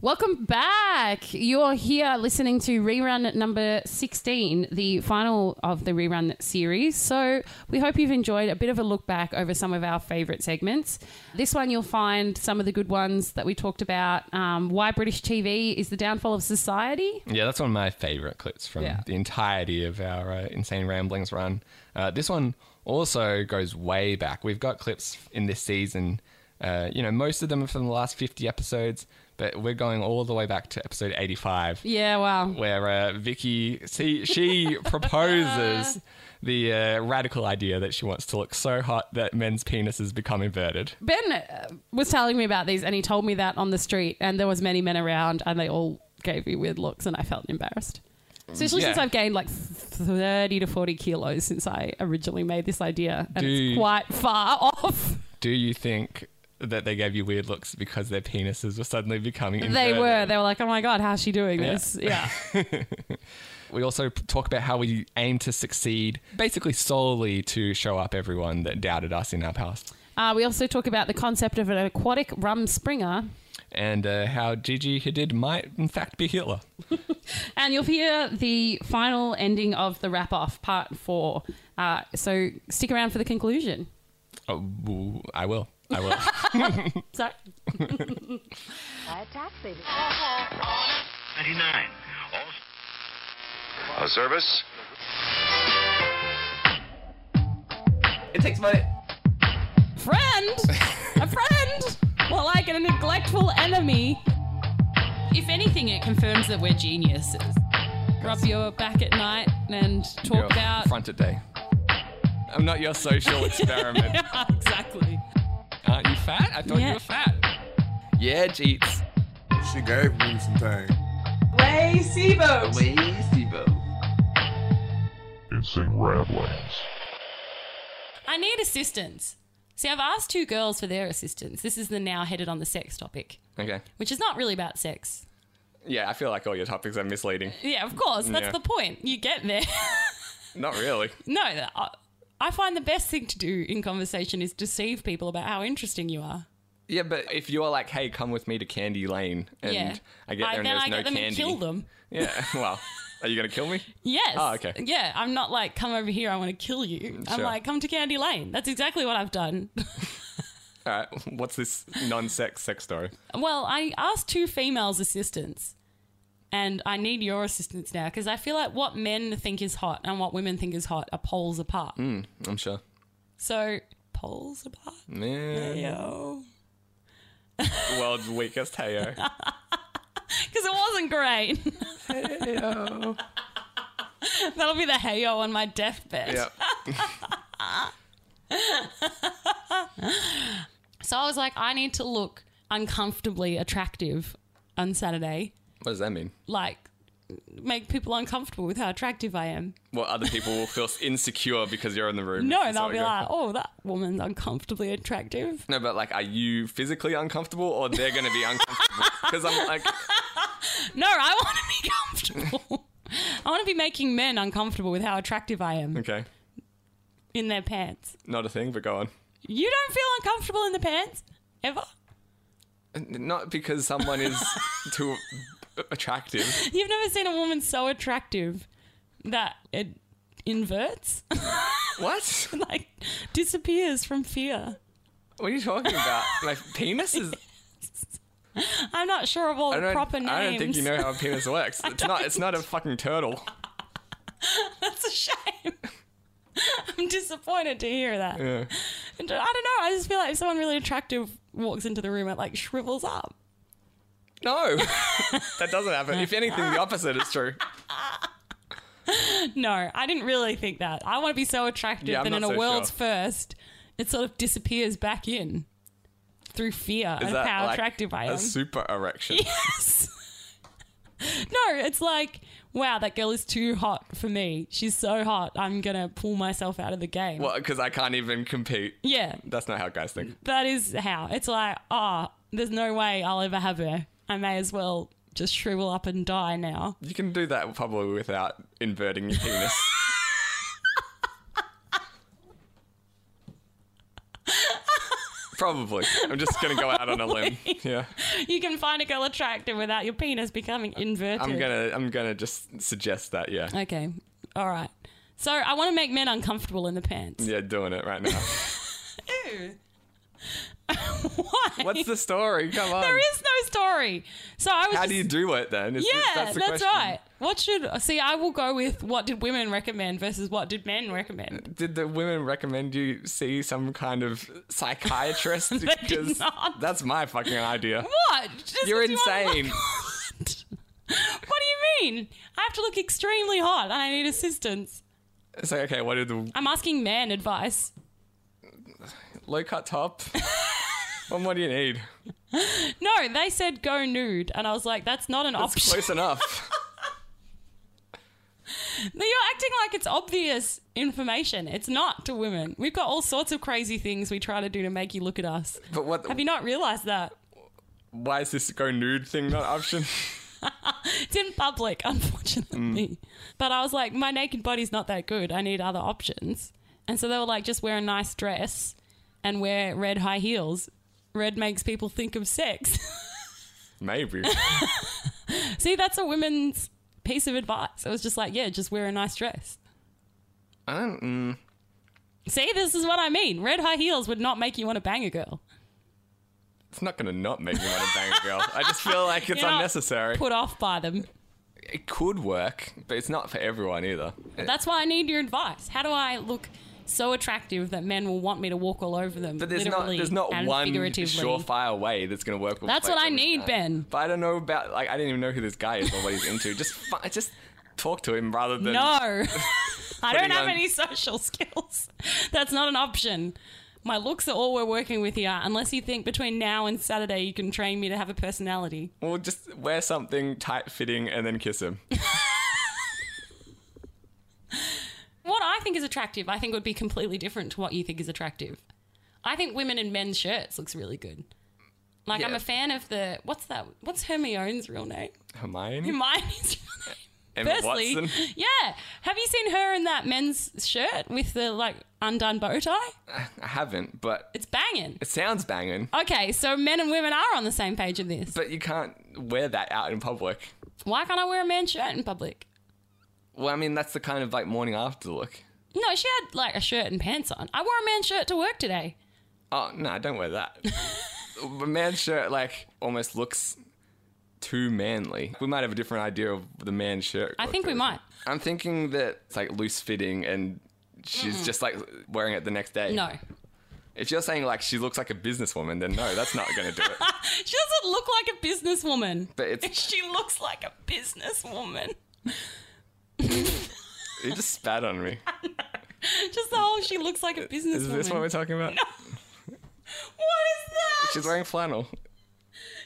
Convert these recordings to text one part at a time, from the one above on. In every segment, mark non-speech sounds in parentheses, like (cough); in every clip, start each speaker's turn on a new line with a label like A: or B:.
A: Welcome back. You're here listening to rerun number 16, the final of the rerun series. So, we hope you've enjoyed a bit of a look back over some of our favourite segments. This one, you'll find some of the good ones that we talked about um, why British TV is the downfall of society.
B: Yeah, that's one of my favorite clips from
A: Yeah.
B: the entirety of our uh, Insane Ramblings run. Uh, this one also goes way back. We've got clips in this season. Uh, you know, most of them are from the last 50 episodes, but we're going all the way back to episode 85,
A: Yeah, wow.
B: where uh, Vicky,
A: (laughs)
B: see, she proposes the uh, radical idea that she wants to look so hot that men's penises become inverted.
A: Ben uh, was telling me about these and he told me that on the street, and there was many men around, and they all gave me weird looks, and I felt embarrassed. Especially
B: Yeah.
A: since I've gained like 30 to 40 kilos since I originally made this idea, and
B: Dude.
A: it's quite far (laughs) off.
B: Do you think that they gave you weird looks because their penises were suddenly becoming inverted?
A: They were. They were like, oh my God, how's she doing
B: Yeah.
A: this? Yeah.
B: We also p- talk about how we aim to succeed, basically solely to show up everyone that doubted us in our past,
A: Uh, we also talk about the concept of an aquatic rum springer.
B: and uh, how Gigi Hadid might, in fact, be Hitler.
A: And you'll hear the final ending of the wrap off, part four. Uh, so stick around for the conclusion.
B: Oh, w- I will. I will.
A: Sorry.
C: Buy a taxi.
D: 99.
E: A service?
B: it takes money.
A: friend, (laughs)
B: (laughs)
A: a friend, well, like a neglectful enemy. If anything, it confirms that we're geniuses. Rub your back at night and talk about. (laughs)
B: Fronted day. I'm not your social experiment.
A: Yeah, exactly.
B: Aren't you fat? I thought
A: Yeah.
B: you were fat. Yeah, Jeets.
F: She gave me some things.
G: Insane Ramblings.
A: I need assistance. See, I've asked two girls for their assistance. This is the now headed on the sex topic,
B: Okay.
A: which is not really about sex.
B: Yeah, I feel like all your topics are misleading.
A: Yeah, of course, that's
B: Yeah.
A: the point. You get there. (laughs)
B: Not really.
A: no, I, I find the best thing to do in conversation is deceive people about how interesting you are.
B: Yeah, but if you're like, hey, come with me to Candy Lane, and
A: yeah.
B: I get there and
A: then
B: there's
A: I
B: no
A: get them
B: candy.
A: and kill them.
B: Yeah. Well, are you going to kill
A: (laughs)
B: me?
A: Yes.
B: Oh, okay. Mm,
A: Yeah, I'm not like, come over here, I want to kill you. I'm
B: sure.
A: like, come to Candy Lane. That's exactly what I've done. (laughs)
B: All right. Uh, (laughs) What's this non-sex sex story?
A: well, I asked two females' assistants, and I need your assistance now because I feel like what men think is hot and what women think is hot are poles apart.
B: I'm sure.
A: So, poles apart?
B: Man,
A: Yo.
B: world's weakest (laughs) heyo.
A: Because it wasn't great. (laughs) That'll be the heyo on my deathbed.
B: Yep.
A: So I was like, I need to look uncomfortably attractive on Saturday.
B: What does that mean?
A: Like, make people uncomfortable with how attractive I am.
B: Well, other people will feel insecure because you're in the room.
A: No,
B: Is
A: they'll
B: that
A: be
B: what
A: like,
B: you're-
A: oh, that woman's uncomfortably attractive. (laughs)
B: No, but like, are you physically uncomfortable, or they're going to be
A: (laughs)
B: uncomfortable? Because I'm like,
A: No, I want to be comfortable. (laughs) I want to be making men uncomfortable with how attractive I am
B: okay,
A: in their pants.
B: not a thing, but go on.
A: You don't feel uncomfortable in the pants ever?
B: Not because someone (laughs) is too attractive.
A: You've never seen a woman so attractive that it inverts, (laughs)
B: What?
A: like disappears from fear.
B: What are you talking about? My penis is.
A: I'm not sure of all
B: I
A: the
B: don't.
A: proper names.
B: I don't think you know how a penis works. It's not. It's not a fucking turtle.
A: That's a shame. (laughs) I'm disappointed to hear that. And I don't know. I just feel like if someone really attractive walks into the room, it like shrivels up.
H: (laughs)
B: No, that doesn't happen. If anything, the opposite is true.
A: No, I didn't really think that. I want to be so attractive
B: Yeah, I'm
A: that in
B: not
A: a
B: so
A: world's
B: sure.
A: first, it sort of disappears back in through fear
B: Is
A: of
B: that
A: how
B: like
A: attractive I am.
B: A super
H: (laughs)
B: erection.
A: no, it's like, wow, that girl is too hot for me. She's so hot. I'm gonna pull myself out of the game.
B: Well, because I can't even compete.
A: Yeah,
B: That's not how guys think.
A: that is how. It's like, ah, there's no way I'll ever have her. I may as well just shrivel up and die now.
B: You can do that probably without inverting your
H: (laughs)
B: penis. Probably. I'm just going to go out on a limb. Yeah.
H: You can find a girl attractive without your penis becoming inverted.
B: I'm going to I'm going to just suggest that, yeah.
H: Okay. All right. So I want to make men uncomfortable in the pants.
B: Yeah, doing it right now.
H: (laughs) Ew. Why?
B: What's the story? Come on.
H: (laughs) There is no story. So I was
B: How
H: just,
B: do you do it then? Is- is-
H: Yeah, that's,
B: the question.
H: right. What should see? I will go with what did women recommend versus what did men recommend.
B: Did the women recommend you see some kind of psychiatrist?
H: (laughs) They did not.
B: that's my fucking idea.
H: What? Just
B: You're
H: 'cause you are- (laughs)
B: insane.
H: what do you mean? I have to look extremely hot and I need assistance.
B: It's like, okay, what did the
H: I'm asking man advice.
B: low cut
H: (laughs)
B: top? and what do you need?
H: No, they said go nude, and I was like, that's not an
B: It's
H: option.
B: close enough.
H: No, (laughs) You're acting like it's obvious information. It's not to women. We've got all sorts of crazy things we try to do to make you look at us.
B: But what?
H: Have you not realized that?
B: why is this go nude thing not an option?
H: It's in public, (laughs) unfortunately.
B: Mm.
H: But I was like, my naked body's not that good. I need other options. And so they were like, just wear a nice dress and wear red high heels. Red makes people think of sex. (laughs)
B: Maybe.
H: See, that's a women's piece of advice. It was just like, yeah, just wear a nice dress.
B: I don't. Mm,
H: See, this is what I mean. Red high heels would not make you want to bang a girl.
B: it's not gonna not make me want to bang a girl. I just feel like it's
H: You're not
B: unnecessary.
H: Put off by them.
B: it could work, but it's not for everyone either.
H: That's why I need your advice. How do I look so attractive that men will want me to walk all over them?
B: But there's not
H: literally
B: there's not
H: and
B: one
H: figuratively.
B: surefire way that's going to work. With
H: That's
B: like
H: what I
B: every
H: need,
B: guy.
H: Ben.
B: But I don't know about like I didn't even know who this guy is or what he's into. (laughs) just fi- just talk to him rather than (laughs)
H: No, (laughs) I
B: Putting
H: don't have
B: on-
H: any social skills. That's not an option. My looks are all we're working with here, unless you think between now and Saturday you can train me to have a personality.
B: Well, just wear something tight fitting and then kiss
H: (laughs)
B: him.
H: What I think is attractive, I think would be completely different to what you think is attractive. I think women in men's shirts looks really good. Like I'm
B: Yeah.
H: a fan of the what's that? What's Hermione's real name?
B: Hermione,
H: Hermione's real name.
B: Emma
H: Firstly,
B: Watson.
H: yeah. Have you seen her in that men's shirt with the like undone bow tie?
B: I haven't, but
H: It's banging.
B: it sounds banging.
H: Okay, so men and women are on the same page in this.
B: But you can't wear that out in public.
H: Why can't I wear a man's shirt in public?
B: Well, I mean that's the kind of like morning after look.
H: No, she had like a shirt and pants on. I wore a man's shirt to work today.
B: Oh no, don't wear
H: (laughs)
B: that. a man's shirt like almost looks too manly. We might have a different idea of the man's shirt.
H: I think we might.
B: I'm thinking that it's like loose fitting and she's just like wearing it the next day.
H: No.
B: If you're saying like she looks like a businesswoman, then no, that's not going to do
H: (laughs)
B: it.
H: She doesn't look like a businesswoman. (laughs)
B: But it's
H: She looks like a businesswoman.
B: you just spat on me.
H: Just the whole she looks like a businesswoman.
B: Is this what we're talking about? No.
H: what is that?
B: She's wearing flannel.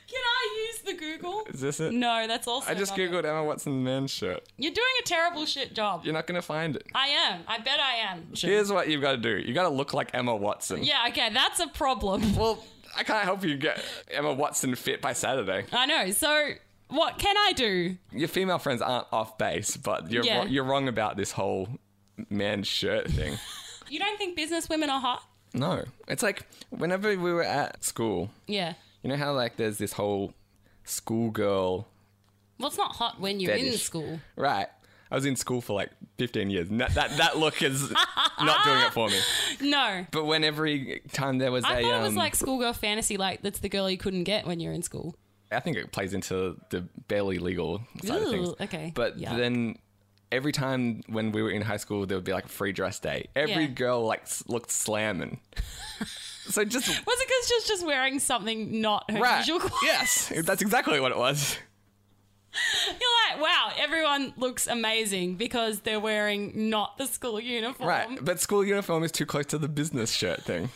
H: Can I use the Google?
B: Is this it?
H: No, that's also.
B: I just
H: not it.
B: googled Emma Watson man's shirt.
H: You're doing a terrible shit job.
B: You're not going to find it.
H: I am. I bet I am.
B: Here's what you've got to do. You got to look like Emma Watson.
H: Yeah, okay, that's a problem. (laughs)
B: Well, I can't help you get Emma Watson fit by Saturday.
H: I know. So, what can I do?
B: Your female friends aren't off base, but you're
H: Yeah.
B: wro- you're wrong about this whole man's shirt thing.
H: You don't think business women are hot?
B: No, it's like whenever we were at school,
H: Yeah.
B: you know how like there's this whole schoolgirl,
H: Well, it's not hot when you're in
B: Fetish.
H: school.
B: right? I was in school for like 15 years. and That that, that look is not doing it for me.
H: No.
B: But when every time there was a,
H: I thought it was
B: um,
H: like schoolgirl fantasy, like that's the girl you couldn't get when you're in school.
B: I think it plays into the barely legal side of things.
H: Ooh, okay.
B: But
H: Yuck.
B: then every time when we were in high school, there would be like a free dress day. Every
H: Yeah.
B: girl like s- looked
H: (laughs)
B: slamming. so just
H: Was it because she was just wearing something not her
B: right.
H: usual clothes?
B: Yes, that's exactly what it was.
H: You're like, wow, everyone looks amazing because they're wearing not the school uniform.
B: Right, but school uniform is too close to the business shirt
H: (laughs)
B: thing.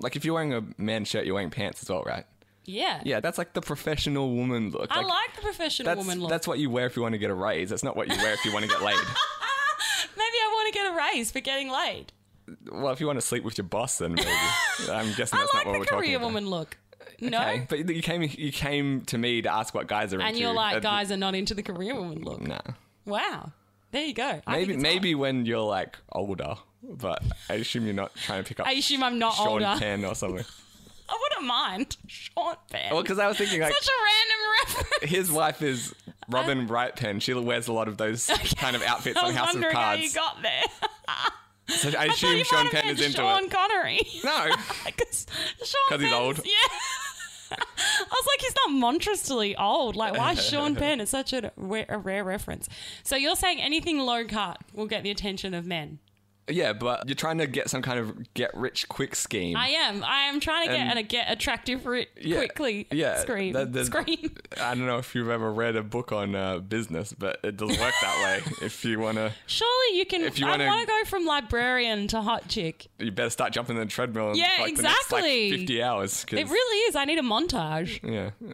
B: like if you're wearing a man's shirt, you're wearing pants as well, right?
H: Yeah.
B: Yeah, that's like the professional woman look.
H: I like the professional
B: that's,
H: woman look.
B: That's what you wear if you want to get a raise. That's not what you wear if you want to get laid.
H: (laughs) Maybe I want to get a raise for getting laid.
B: Well, if you want to sleep with your boss, then maybe. I'm guessing
H: I
B: that's
H: like
B: not what
H: the
B: we're talking
H: career
B: about.
H: woman look. No.
B: Okay, but you came you came to me to ask what guys are into.
H: And you're like,
B: Uh,
H: guys are not into the career woman look.
B: Nah.
H: Wow. There you go. I
B: Maybe
H: think it's
B: maybe when you're like older, but I assume you're not trying to pick up.
H: I assume I'm not
B: Sean
H: older.
B: Penn or something.
H: hot. I wouldn't mind (laughs) Sean Penn.
B: Well, because I was thinking like
H: such a random
B: (laughs)
H: reference. (laughs)
B: his wife is Robin Wright Penn. She wears a lot of those kind of outfits
H: I
B: on
H: was
B: House of
H: wondering how you
B: Cards.
H: got there.
B: So I
H: I thought
B: assume
H: (laughs) you
B: Sean
H: might have
B: Penn is
H: meant
B: into
H: Sean
B: it.
H: Connery. (laughs)
B: No, (laughs)
H: Because
B: he's old.
H: Yeah. (laughs) I was like, he's not monstrously old. Like, why Sean Penn? It's such a rare, a rare reference. So you're saying anything low cut will get the attention of men?
B: yeah, but you're trying to get some kind of get rich quick scheme.
H: I am. I am trying to get
B: And-
H: and get attractive ri-
B: Yeah,
H: quickly.
B: yeah,
H: Scream.
B: that- that-
H: Scream.
B: (laughs) I don't know if you've ever read a book on uh, business, but it doesn't work that
H: (laughs)
B: way. If you want to,
H: (laughs) Surely you can.
B: If you
H: I
B: wanna-
H: want to go from librarian to hot chick.
B: you better start jumping the treadmill. in,
H: Yeah,
B: like, the next, like,
H: exactly.
B: Fifty hours. 'cause-
H: It really is. I need a montage.
B: (laughs) yeah,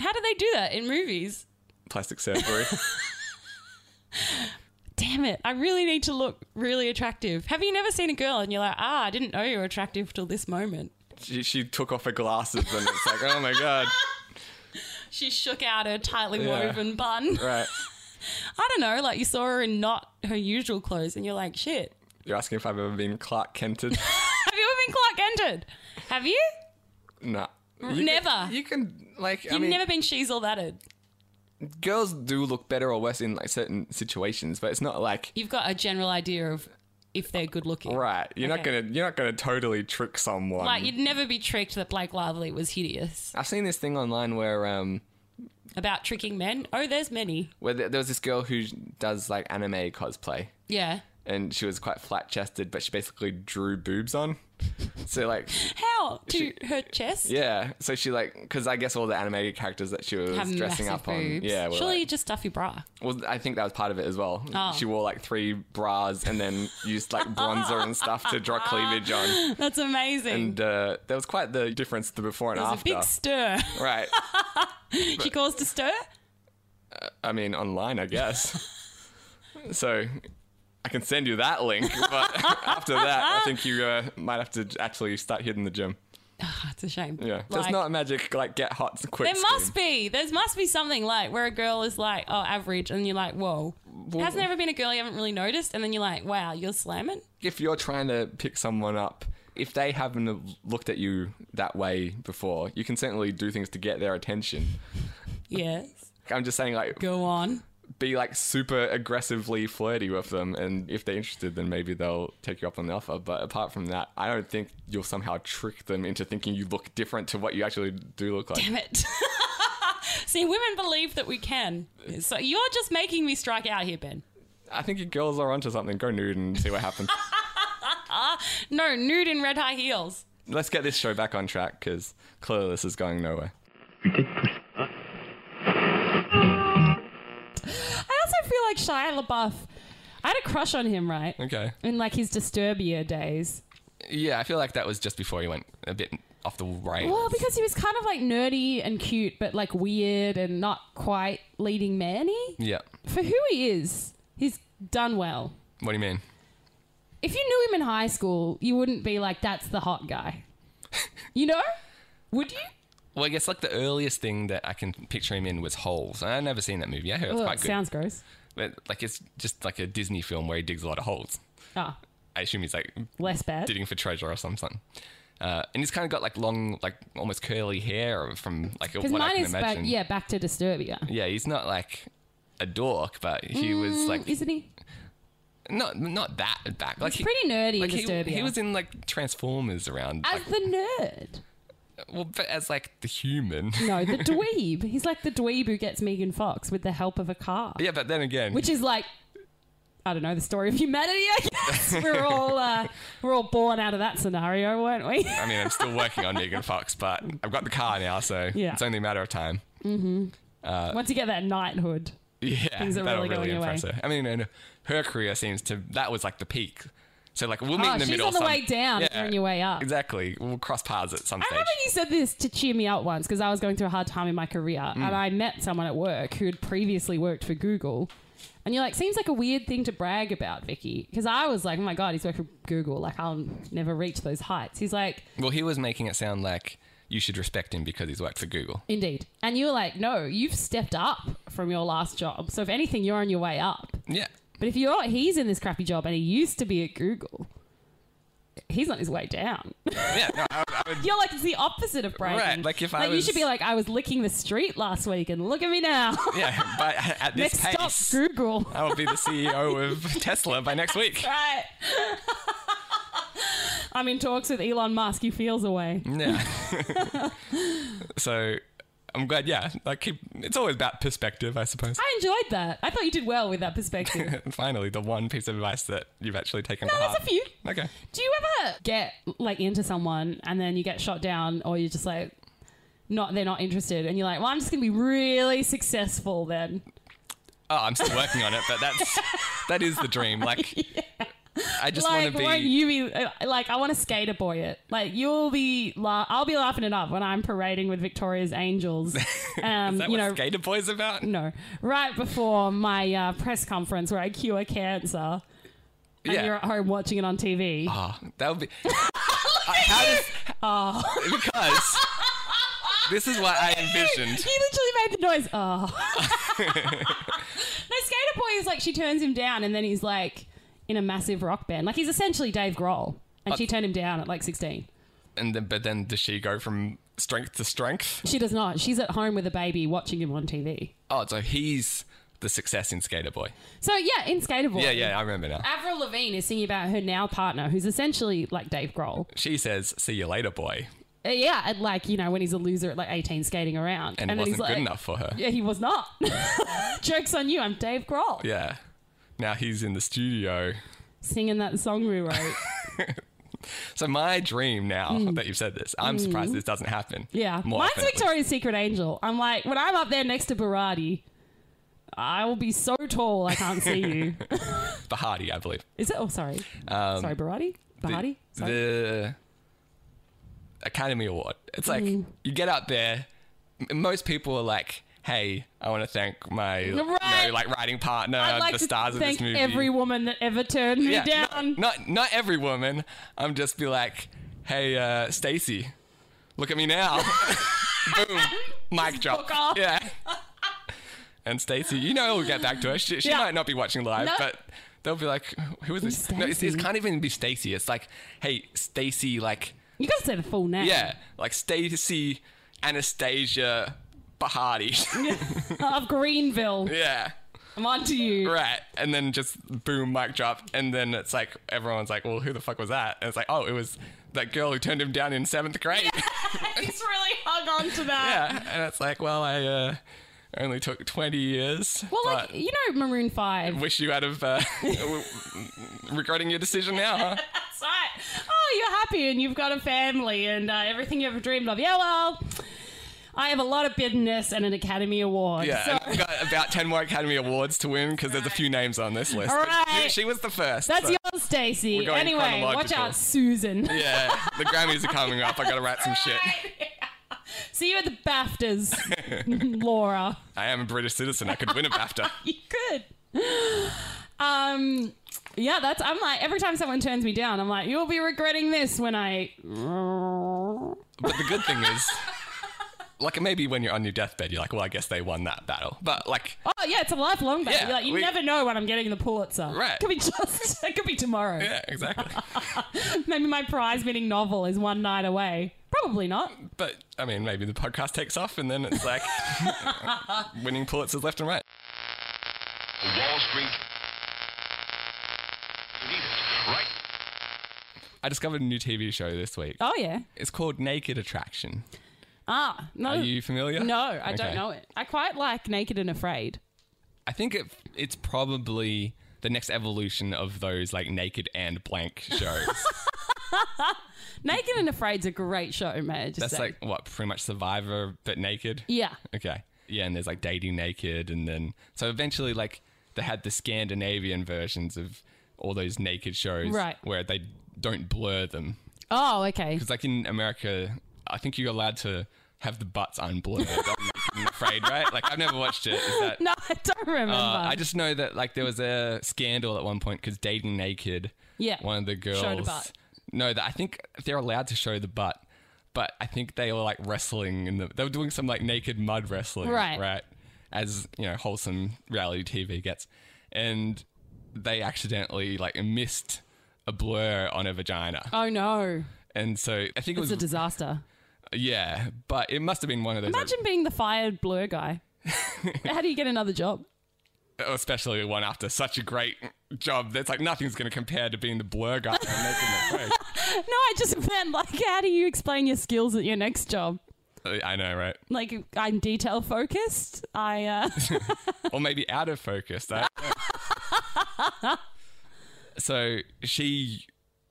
H: How do they do that in movies?
B: plastic surgery. (laughs)
H: damn it, I really need to look really attractive. Have you never seen a girl and you're like, ah, I didn't know you were attractive till this moment?
B: she, she took off her glasses, and it's like, oh my
H: (laughs)
B: god,
H: She shook out her tightly
B: Yeah.
H: woven bun.
B: right.
H: (laughs) I don't know, like you saw her in not her usual clothes and you're like, shit.
B: You're asking if I've ever been Clark Kented?
H: Have you ever been Clark Kented? Have you?
B: nah. You
H: Never.
B: Can, you can like. I
H: You've
B: mean,
H: never been she's all thatted.
B: girls do look better or worse in like certain situations, but it's not like
H: You've got a general idea of if they're good looking.
B: right. You're not
H: Okay.
B: gonna you're not gonna totally trick someone.
H: Like you'd never be tricked that Blake Lively was hideous.
B: I've seen this thing online where um
H: About tricking men. Oh, there's many.
B: where there there was this girl who does like anime cosplay.
H: Yeah.
B: And she was quite flat chested, but she basically drew boobs
H: (laughs)
B: on. So like,
H: How? To her chest?
B: yeah. So she like, because I guess all the animated characters that she was
H: Have
B: dressing
H: massive
B: up on,
H: boobs.
B: yeah, were
H: Surely
B: like-
H: you just stuff your
B: (laughs)
H: bra.
B: Well, I think that was part of it as well.
H: Oh.
B: She wore like three bras and then used like bronzer and stuff to draw cleavage on.
H: That's amazing.
B: And uh, there was quite the difference the before and
H: There's
B: after.
H: a big (laughs) stir.
B: right.
H: she caused
B: (laughs)
H: a stir.
B: I mean, online, I guess. so I can send you that link, but (laughs) after that, I think you uh, might have to actually start hitting the gym.
H: Oh, it's a shame.
B: Yeah. That's
H: Like,
B: not a magic, like, get hot quick.
H: There must be. There must be something like where a girl is like, oh, average, and you're like, whoa. Has there ever been a girl you haven't really noticed, and then you're like, wow, you're slamming.
B: if you're trying to pick someone up, if they haven't looked at you that way before, you can certainly do things to get their attention.
H: Yes.
B: I'm just saying, like,
H: Go on.
B: be like super aggressively flirty with them, and if they're interested, then maybe they'll take you up on the offer. But apart from that, I don't think you'll somehow trick them into thinking you look different to what you actually do look like.
H: Damn it. (laughs) See, women believe that we can. So you're just making me strike out here, Ben.
B: I think you girls are onto something. Go nude and see what
H: (laughs)
B: happens.
H: No, nude in red high heels.
B: Let's get this show back on track because clearly this is going nowhere.
H: I also feel like Shia LaBeouf. I had a crush on him, right?
B: Okay.
H: In like his Disturbia days.
B: Yeah, I feel like that was just before you went a bit off the rails.
H: Well, because he was kind of like nerdy and cute, but like weird and not quite leading manny.
B: Yeah.
H: For who he is, he's done well.
B: What do you mean?
H: If you knew him in high school, you wouldn't be like, that's the hot guy. (laughs) You know? Would you?
B: Well, I guess like the earliest thing that I can picture him in was Holes. I've never seen that movie. I heard it's
H: Well,
B: quite
H: it
B: good.
H: sounds gross.
B: But like it's just like a Disney film where he digs a lot of holes.
H: Ah,
B: I assume he's like
H: less bad.
B: digging for treasure or something. Uh, and he's kind of got like long, like almost curly hair from like
H: Because
B: what I
H: mine
B: can
H: is back,
B: imagine.
H: yeah, back to Disturbia.
B: yeah, he's not like a dork, but he was like
H: Isn't he?
B: not not that back. Like
H: He's pretty nerdy
B: Like
H: in
B: he,
H: Disturbia.
B: he was in like Transformers around.
H: As
B: Like,
H: the nerd.
B: well, but as like the human.
H: No, the dweeb. He's like the dweeb who gets Megan Fox with the help of a car.
B: (laughs) yeah, but then again,
H: which is like I don't know the story of humanity. I
B: (laughs)
H: guess we're all uh, we're all born out of that scenario, weren't we?
B: I mean, I'm still working on Megan Fox, but I've got the car now, so
H: Yeah.
B: it's only a matter of time. Uh,
H: (laughs) Once you get that knighthood,
B: Yeah,
H: Things are
B: that'll
H: really going
B: impress
H: away.
B: her. I mean, and her career seems to that was like the peak. So like we'll meet
H: Oh,
B: in the
H: she's
B: middle.
H: on the
B: some-
H: way down, you're on your way up.
B: Exactly, we'll cross paths at some
H: I
B: stage.
H: remember you said this to cheer me up once because I was going through a hard time in my career, and I met someone at work who had previously worked for Google. And you're like, seems like a weird thing to brag about, Vicky. Because I was like, oh my God, he's worked for Google. Like, I'll never reach those heights. He's like,
B: Well, he was making it sound like you should respect him because he's worked for Google.
H: indeed. And you were like, no, you've stepped up from your last job. So, if anything, you're on your way up.
B: Yeah,
H: But if you're he's in this crappy job and he used to be at Google, he's on his way down.
B: Yeah, no, I, I would,
H: (laughs) you're like it's the opposite of bragging.
B: Right, like if I
H: you should
B: was-
H: be like I was licking the street last week and look at me now. (laughs)
B: yeah, but at this
H: Next stop,
B: pace,
H: Google.
B: I will be the CEO
H: (laughs)
B: of Tesla by next week.
H: right. (laughs) I'm in talks with Elon Musk. He feels away.
B: Yeah.
H: (laughs)
B: so I'm glad. Yeah, like keep, it's always about perspective, I suppose.
H: I enjoyed that. I thought you did well with that perspective.
B: (laughs) Finally, the one piece of advice that you've actually taken.
H: No,
B: to
H: there's
B: heart.
H: a few.
B: Okay.
H: Do you ever get like into someone and then you get shot down or you're just like not they're not interested and you're like, well, I'm just gonna be really successful then.
B: Oh, I'm still working on it, but
H: (laughs)
B: that's that is the dream. Like, I just
H: like,
B: want to be.
H: won't you be uh, like? I want to skater boy it. Like, you'll be. La- I'll be laughing it up when I'm parading with
B: (laughs)
H: Victoria's Angels. Um,
B: is that
H: you
B: what
H: know,
B: Skater Boy's about?
H: no, right before my uh, press conference where I cure cancer. And
B: Yeah.
H: you're at home watching it on TV.
B: Ah, that
H: (laughs)
B: would be. Uh, how does-
H: oh.
B: Because (laughs) this is
H: (laughs)
B: what I envisioned.
H: He literally made the noise. Oh.
B: (laughs)
H: no, Skater Boy is like she turns him down, and then he's like in a massive rock band. Like he's essentially Dave Grohl, and she turned him down at like sixteen.
B: And then, but then, does she go from strength to strength?
H: She does not. She's at home with a baby watching him on TV.
B: Oh, so he's the success in Skater Boy.
H: So yeah, in Skater Boy.
B: Yeah, yeah, I remember now.
H: Avril Lavigne is singing about her now partner, who's essentially like Dave Grohl.
B: She says, "See you later, boy,"
H: Uh, yeah, and like you know when he's a loser at like eighteen skating around,
B: and,
H: then
B: wasn't
H: he's like,
B: good enough for her.
H: Yeah, he was not. (laughs) Jokes on you, I'm Dave Grohl
B: Yeah. Now he's in the studio.
H: singing that song we wrote.
B: So my dream now that you've said this, I'm surprised this doesn't happen.
H: Hmm. Yeah.
B: more
H: Mine's
B: often at least.
H: Victoria's Secret Angel. I'm like, when I'm up there next to Barati, I will be so tall I can't see
B: (laughs)
H: you.
B: Bahati, I believe.
H: Is it? Oh, sorry. sorry, Barati?
B: Um, The-
H: Barati? Sorry.
B: The Academy Award. It's like
H: Hmm.
B: you get up there. m- Most people are like, "Hey, I want to thank my you know,
H: Right.
B: like writing partner,
H: I'd like
B: the
H: to
B: stars of
H: thank
B: this movie."
H: every woman that ever turned me
B: yeah,
H: down.
B: Not, not not every woman. I'm just be like, "Hey, uh, Stacy, look at me now." (laughs) Boom, mic drop.
H: fuck off.
B: Yeah. And Stacy, you know, we'll get back to her. She, she
H: Yeah.
B: might not be watching live,
H: No.
B: but they'll be like, "Who is this?" No, it's, it
H: Stacey?
B: can't even be Stacy. It's like, "Hey, Stacy, like,
H: You gotta say the full name.
B: yeah, like Stacy Anastasia Bahati." (laughs)
H: Of Greenville.
B: yeah.
H: I'm onto you.
B: Right. And then just boom, mic drop. And then it's like, everyone's like, well, who the fuck was that? And it's like, oh, it was that girl who turned him down in seventh grade. (laughs) Yeah.
H: He's really hung on to that.
B: And it's like, well, I uh, only took 20 years.
H: Well,
B: but
H: like, you know, Maroon 5.
B: wish you out of uh, (laughs) w- regretting your decision now,
H: (laughs)
B: huh?
H: That's right. Oh, you're happy and you've got a family and uh, everything you ever dreamed of. Yeah, well, I have a lot of business and an Academy Award.
B: Yeah.
H: So-
B: and I've got about 10 more Academy Awards to win because there's a few names on this list.
H: All
B: But
H: right.
B: She, she was the first.
H: That's
B: so-
H: yours, Stacey.
B: We're going
H: Anyway, watch
B: chronological.
H: out, Susan.
B: (laughs) Yeah. The Grammys are coming up. I got to write some shit.
H: See you at the
B: (laughs)
H: BAFTAs, Laura.
B: I am a British citizen. I could win a BAFTA.
H: You could. Um, yeah, that's. I'm like every time someone turns me down, I'm like, you'll be regretting this when I.
B: But the good thing is, like, maybe when you're on your deathbed, you're like, well, I guess they won that battle. But, like,
H: Oh yeah, it's a lifelong battle.
B: Yeah,
H: You're like, you
B: we-
H: never know when I'm getting the Pulitzer.
B: Right.
H: Could be just. (laughs) It could be tomorrow.
B: yeah, exactly.
H: Maybe my prize-winning novel is one night away. Probably not.
B: But, I mean, maybe the podcast takes off and then it's
H: (laughs)
B: like winning Pulitzers left and right.
G: Wall Street. You need it, right?
B: I discovered a new TV show this week.
H: Oh yeah.
B: It's called Naked Attraction.
H: Ah, no.
B: Are you familiar?
H: no, I don't
B: Okay.
H: know it. I quite like Naked and Afraid.
B: I think it, it's probably the next evolution of those, like, naked and blank shows.
H: (laughs) Naked and Afraid's a great show, may I just
B: That's
H: say.
B: like, what, pretty much Survivor, but naked?
H: yeah.
B: Okay. Yeah, and there's like dating naked, and then so eventually, like they had the Scandinavian versions of all those naked shows,
H: Right.
B: Where they don't blur them
H: Oh, okay.
B: because, like in America, I think you're allowed to have the butts unblurred. I'm afraid, right? Like I've never watched it. Is that,
H: No, (laughs) I don't remember.
B: uh, I just know that like there was a scandal at one point because dating naked,
H: Yeah.
B: one of the girls
H: Showed a butt.
B: No, that I think they're allowed to show the butt, but I think they were like wrestling in the they were doing some like naked mud wrestling,
H: Right.
B: Right, as you know, wholesome reality TV gets, and they accidentally like missed a blur on her vagina,
H: Oh no,
B: and so I think it was
H: it's a disaster.
B: yeah, but it must have been one of those, like,
H: Imagine being the fired blur
B: (laughs)
H: guy. How do you get another job?
B: especially one after such a great job. That's like nothing's going to compare to being the blur
H: (laughs)
B: guy and making the face.
H: No, I just meant like, how do you explain your skills at your next job?
B: I know, right?
H: Like, I'm detail focused. I
B: (laughs)
H: uh,
B: or maybe out of focus. I don't
H: (laughs)
B: know. so she,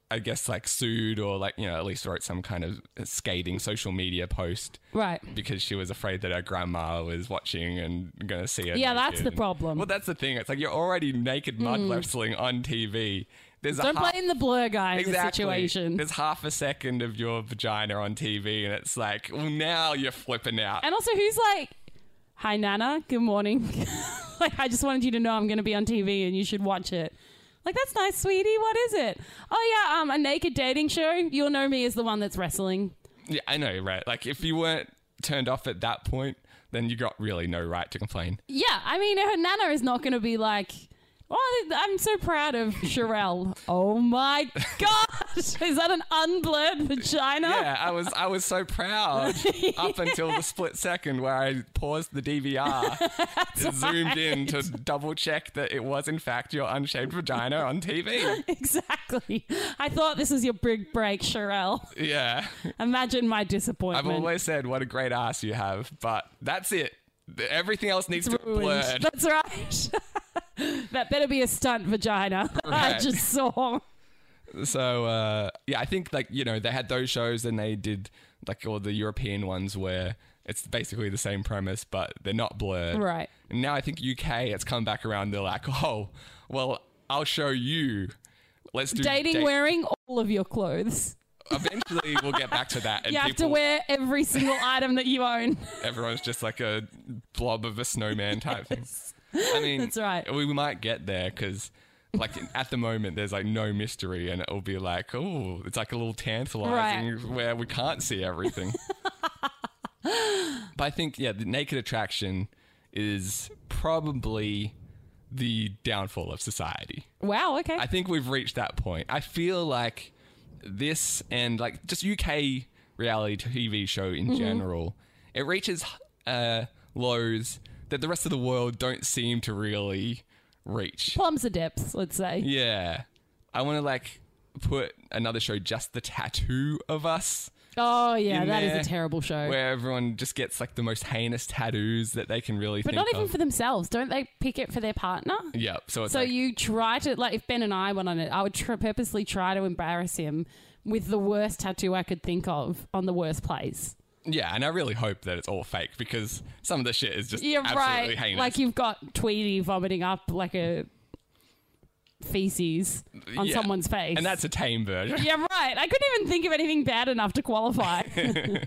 B: I guess, like sued or like you know at least wrote some kind of scathing social media post
H: right.
B: because she was afraid that her grandma was watching and going to see her.
H: Yeah, that's
B: naked.
H: the problem. Hmm.
B: Well, that's the thing. It's like you're already naked mud wrestling on TV. There's
H: Don't
B: a half-
H: blame the blur guy in this
B: Exactly.
H: situation.
B: There's half a second of your vagina on TV, and it's like, well, now you're flipping out.
H: And also, who's like, "Hi Nana, good morning." (laughs) like, I just wanted you to know I'm going to be on TV and you should watch it. Like, that's nice, sweetie. What is it? Oh yeah, um, a naked dating show. You'll know me as the one that's wrestling.
B: Yeah, I know, right? Like, if you weren't turned off at that point, then you got really no right to complain.
H: Yeah, I mean, her Nana is not going to be like. Oh, I'm so proud of Sherelle. oh my gosh, is that an unblurred vagina?
B: Yeah, I was, I was so proud up until the split second where I paused the DVR, zoomed in to double check that it was in fact your unshaved vagina on
H: (laughs)
B: TV.
H: (laughs) Exactly. I thought this was your big break, Sherelle.
B: Yeah,
H: Imagine my
B: I've
H: disappointment.
B: always said what a great ass you have, but that's it. Everything else needs to be blurred.
H: That's right. (laughs) that better be a stunt vagina. (laughs) I
B: Right.
H: just saw.
B: So uh, yeah, I think like you know they had those shows and they did like all the European ones where it's basically the same premise but they're not blurred.
H: Right.
B: And now I think UK it's come back around. They're like, oh, well, I'll show you. Let's do
H: Dating
B: date-
H: wearing all of your clothes.
B: Eventually, we'll get back to
H: (laughs)
B: that. And
H: You have to
B: people-
H: wear every single item that you own. (laughs)
B: Everyone's just like a blob of a snowman type thing. I mean,
H: That's right.
B: We might get there because. Like at the moment, there's like no mystery, and it'll be like, oh, it's like a little tantalizing where we can't see
H: (laughs)
B: everything. but I think, yeah, the naked attraction is probably the downfall of society.
H: Wow, okay.
B: I think we've reached that point. I feel like this and like just UK reality TV show in
H: Mm-hmm.
B: general, it reaches uh, lows that the rest of the world don't seem to really reach.
H: Plums the depths, let's say.
B: Yeah, I want to like put another show just the tattoo of us
H: Oh, yeah,
B: in
H: that is
B: there,
H: a terrible show.
B: where everyone just gets like the most heinous tattoos that they can really
H: but
B: think
H: not even
B: of.
H: for themselves. Don't they pick it for their partner?
B: yeah, so it's
H: So
B: like,
H: you try to like if Ben and I went on it, I would tr- purposely try to embarrass him with the worst tattoo I could think of on the worst place.
B: yeah, and I really hope that it's all fake because some of the shit is just
H: Yeah,
B: absolutely
H: right.
B: heinous.
H: Like you've got Tweety vomiting up like a feces on
B: Yeah.
H: someone's face.
B: And that's a tame version.
H: yeah, right. I couldn't even think of anything bad enough to qualify.
B: (laughs)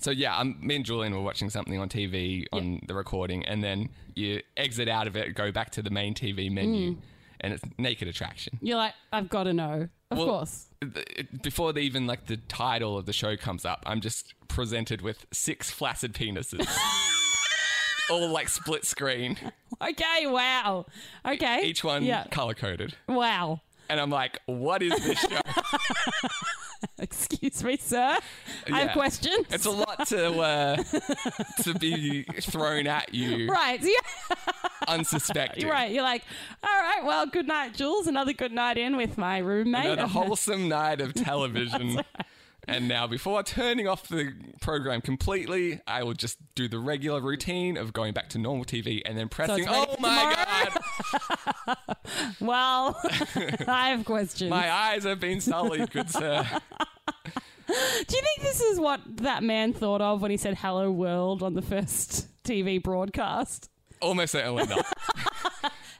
B: So yeah, I'm, me and Julian were watching something on TV on the recording, and then you exit out of it, go back to the main TV menu,
H: Mm.
B: and it's naked attraction.
H: You're like, I've got to know. Of
B: Well,
H: course.
B: th- it- Before the, even like the title of the show comes up, I'm just presented with six flaccid
H: (laughs)
B: penises, all like split screen,
H: Okay, wow. Okay.
B: each one
H: Yeah.
B: color coded,
H: Wow. (laughs)
B: and I'm like, what is this show?
H: Excuse me, sir. (laughs) I have
B: Yeah.
H: questions.
B: It's a lot to uh, to
H: (laughs)
B: be thrown at you,
H: Right, yeah,
B: unsuspecting.
H: (laughs) right. You're like, all right, well, good night, Jules. Another good night in with my roommate. (laughs)
B: Another wholesome night of television. And now, before turning off the program completely, I will just do the regular routine of going back to normal TV and then pressing.
H: ready
B: oh
H: for
B: my
H: tomorrow?"
B: god,
H: well,
B: (laughs)
H: I have questions.
B: my eyes have been sullied, good
H: (laughs)
B: sir.
H: Do you think this is what that man thought of when he said "Hello World" on the first TV broadcast?
B: Almost certainly not.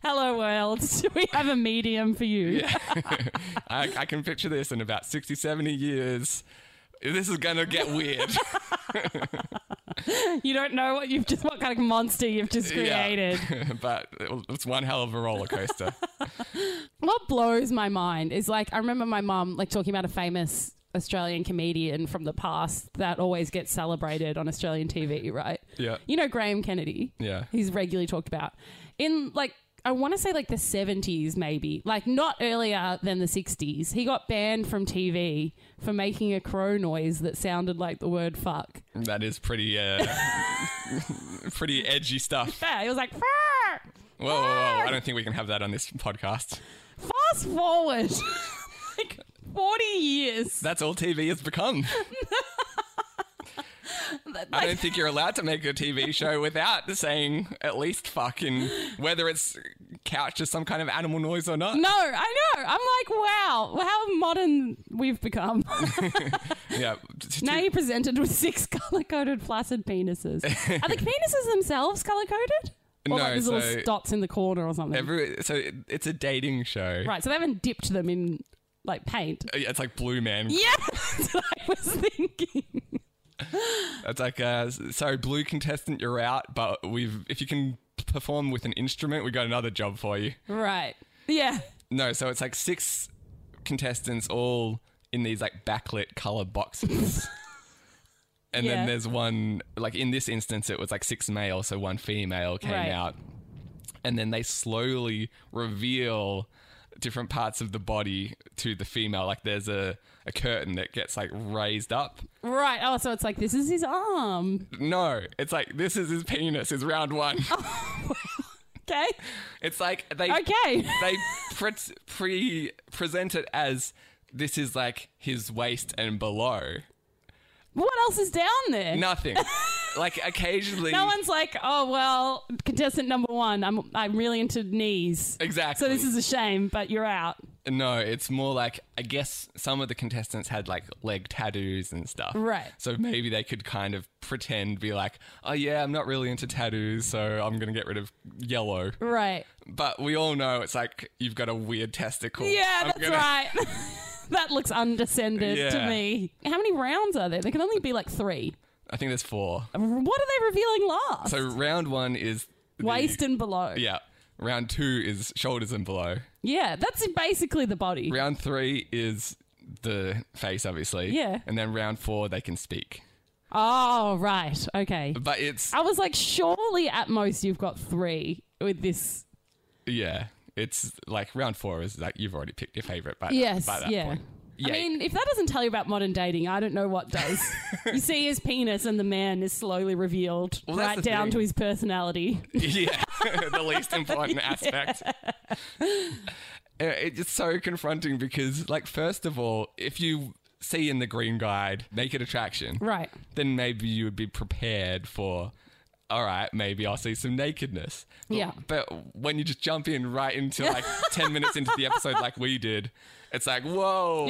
H: Hello World, (laughs) do we have a medium for you?
B: I, I can picture this in about 60, 70 years. This is gonna get
H: (laughs)
B: weird.
H: (laughs) You don't know what you've just what kind of monster you've just
B: Yeah.
H: created.
B: (laughs) but it's one hell of a roller coaster.
H: What blows my mind is like I remember my mum like talking about a famous Australian comedian from the past that always gets celebrated on Australian TV, right?
B: Yeah.
H: (laughs) You know Graham Kennedy.
B: Yeah.
H: He's regularly talked about. In like I want to say like the 70s, maybe, like not earlier than the 60s. He got banned from TV for making a crow noise that sounded like the word fuck.
B: That is pretty, uh, (laughs) pretty edgy stuff.
H: Yeah, he was like, "Rah!
B: Whoa, whoa, whoa! I don't think we can have that on this podcast.
H: fast forward (laughs) like 40 years.
B: That's all TV has
H: (laughs)
B: become. I don't think you're allowed to make a
H: (laughs)
B: TV show without saying at least fucking whether it's couched as some kind of animal noise or not.
H: No, I know. I'm like, wow, how modern
B: (laughs)
H: we've become.
B: Yeah.
H: now you're presented with six (laughs) color coded flaccid penises.
B: (laughs)
H: Are the penises themselves color coded?
B: No,
H: Or like these
B: so-
H: little dots in the corner or something.
B: Every, so it- it's a dating show.
H: right, so they haven't dipped them in like paint. (laughs)
B: Uh, yeah, It's like Blue Man.
H: Yeah, that's what I was thinking.
B: It's like, uh, sorry, Blue contestant, you're out, but we've if you can perform with an instrument, we got another job for you.
H: Right. Yeah.
B: No, so it's like six contestants all in these like backlit color
H: (laughs)
B: boxes. and
H: Yeah.
B: then there's one like in this instance it was like six male, so one female came
H: Right.
B: out. And then they slowly reveal different parts of the body to the female. Like there's a, a curtain that gets like raised up.
H: Right. Oh, so it's like this is his arm.
B: No, it's like this is his penis, is round one.
H: Okay.
B: It's like they
H: Oh. Okay.
B: they pre, pre present it as this is like his waist and below.
H: (laughs) What else is down there? (laughs)
B: Nothing. like occasionally.
H: No one's like, oh well, contestant number one. I'm I'm really into knees.
B: Exactly.
H: So this is a shame, but you're out.
B: no. It's more like I guess some of the contestants had like leg tattoos and stuff.
H: Right.
B: So maybe they could kind of pretend be like, oh yeah, I'm not really into tattoos, so I'm gonna get rid of yellow.
H: Right.
B: But we all know it's like you've got a weird testicle.
H: Yeah,
B: I'm
H: that's
B: gonna-
H: right. (laughs) that looks undescended
B: Yeah.
H: to me. How many rounds are there? There can only be like three.
B: I think there's four.
H: What are they revealing last?
B: So round one is the-
H: Waist and below.
B: Yeah. Round two is shoulders and below.
H: Yeah, that's basically the body.
B: Round three is the face, obviously.
H: Yeah.
B: And then round four, they can speak.
H: Oh, right. Okay.
B: But it's,
H: I was like, surely at most you've got three with this.
B: yeah, it's like round four is like you've already picked your favorite. But
H: Yes.
B: by that
H: yeah.
B: point.
H: I
B: Yeah.
H: mean, if that doesn't tell you about modern dating, I don't know
B: (laughs)
H: what does. you see his penis, and the man is slowly revealed
B: Well, that's
H: right
B: the
H: down
B: thing.
H: to his personality.
B: (laughs) yeah, (laughs) the least
H: (laughs)
B: important aspect. (laughs) Uh, It's just so confronting because, like, first of all, if you see in the green guide naked attraction,
H: right.
B: then maybe you would be prepared for all right maybe i'll see some nakedness But-
H: Yeah.
B: but when you just jump in right into
H: (laughs)
B: like 10 minutes into the episode like we did it's like whoa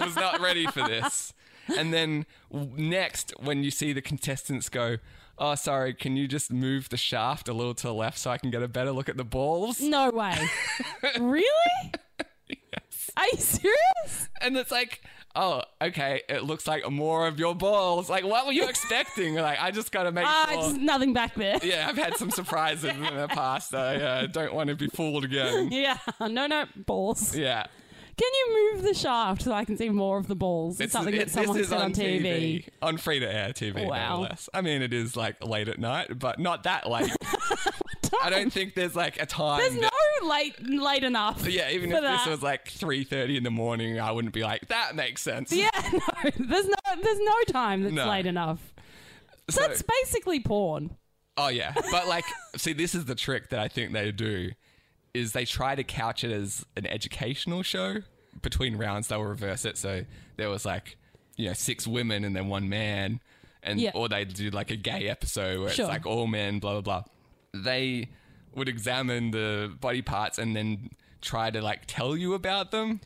B: was not ready for this and then w- next when you see the contestants go oh sorry can you just move the shaft a little to the left so i can get a better look at the balls (laughs)
H: No way. really? Are you serious?
B: and it's like oh okay it looks like more of your balls like what were you expecting like i just gotta make
H: Ah,
B: sure
H: just nothing back there.
B: Yeah, I've had some surprises in the past. I uh, don't want to be fooled
H: (laughs)
B: again.
H: Yeah. No, no balls.
B: Yeah.
H: Can you move the shaft so I can see more of the balls? It's something that
B: it's- this
H: someone
B: is
H: said on TV.
B: On free to air TV,
H: Wow.
B: nonetheless. I mean, it is like late at night, but not that late.
H: (laughs)
B: I don't think there's like a time.
H: There's
B: that-
H: no late late enough.
B: yeah, even
H: for
B: if
H: that.
B: this was like 3.30 in the morning, I wouldn't be like, that makes sense.
H: Yeah, (laughs) no. There's no there's no time that's
B: No.
H: late enough.
B: (laughs) So-
H: That's basically porn.
B: Oh yeah, but like, (laughs) see, this is the trick that I think they do is they try to couch it as an educational show. Between rounds, they'll reverse it. So there was like, you know, six women and then one man, and
H: Yeah.
B: or they do like a gay episode where
H: Sure.
B: it's like all men, blah blah blah. They would examine the body parts and then try to like tell you about them.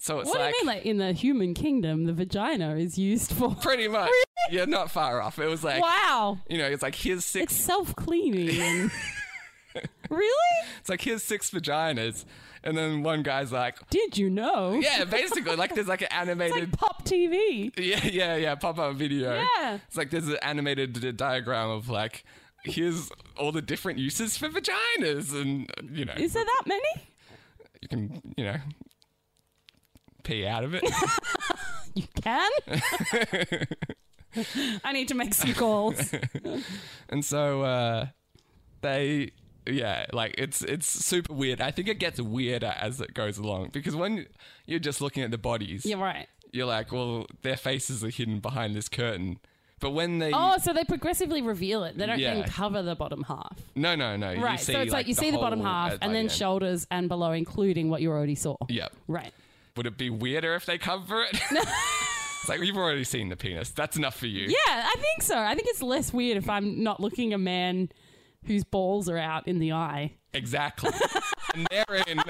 B: So it's
H: What
B: like,
H: do you mean? Like in the human kingdom, the vagina is used for
B: (laughs) pretty much, you're not far off. It was like,
H: Wow.
B: you know, it's like here's six
H: It's
B: (laughs)
H: self cleaning. really?
B: It's like here's six vaginas, and then one guy's like,
H: Did you know?
B: yeah, basically, like there's like an
H: (laughs) It's
B: animated.
H: like pop TV.
B: yeah, yeah, yeah. Pop up video.
H: Yeah.
B: It's like there's an animated d- diagram of like, here's all the different uses for vaginas, and you know,
H: Is there that many?
B: you can, you know, pee out
H: (laughs)
B: of it.
H: You
B: (laughs)
H: can?
B: (laughs)
H: I need to make some calls.
B: and so uh, they yeah, like it's it's super weird. I think it gets weirder as it goes along because when you're just looking at the bodies,
H: You're right.
B: you're like, well, their faces are hidden behind this curtain. But when they
H: Oh, so they progressively reveal it. They don't
B: Yeah.
H: even cover the bottom half.
B: no no no you
H: Right.
B: see,
H: so it's like, you see the bottom
B: whole-
H: half
B: at, like,
H: and then
B: the end.
H: shoulders and below, including what you already saw.
B: yeah
H: Right.
B: would it be weirder if they cover
H: (laughs)
B: it? (laughs) it's like you've already seen the penis. That's enough for you.
H: Yeah, I think so. I think it's less weird if I'm not looking a man whose balls are out in the eye. (laughs)
B: Exactly. and therein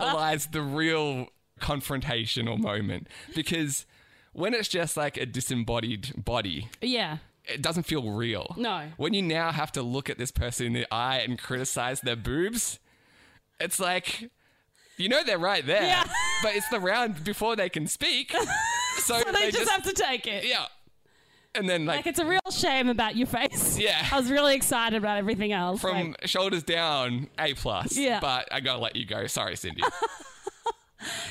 B: lies the real confrontational moment because when it's just like a disembodied body,
H: Yeah.
B: it doesn't feel real.
H: No.
B: When you now have to look at this person in the eye and criticize their boobs, it's like you know they're right there,
H: Yeah. (laughs)
B: but it's the round before they can speak. So,
H: So they, just, have to take it.
B: yeah. And then like,
H: Like it's a real shame about your face.
B: Yeah.
H: I was really excited about everything else.
B: from
H: like-
B: shoulders down, A plus.
H: Yeah.
B: But I gotta let you go. Sorry,
H: (laughs)
B: Cindy.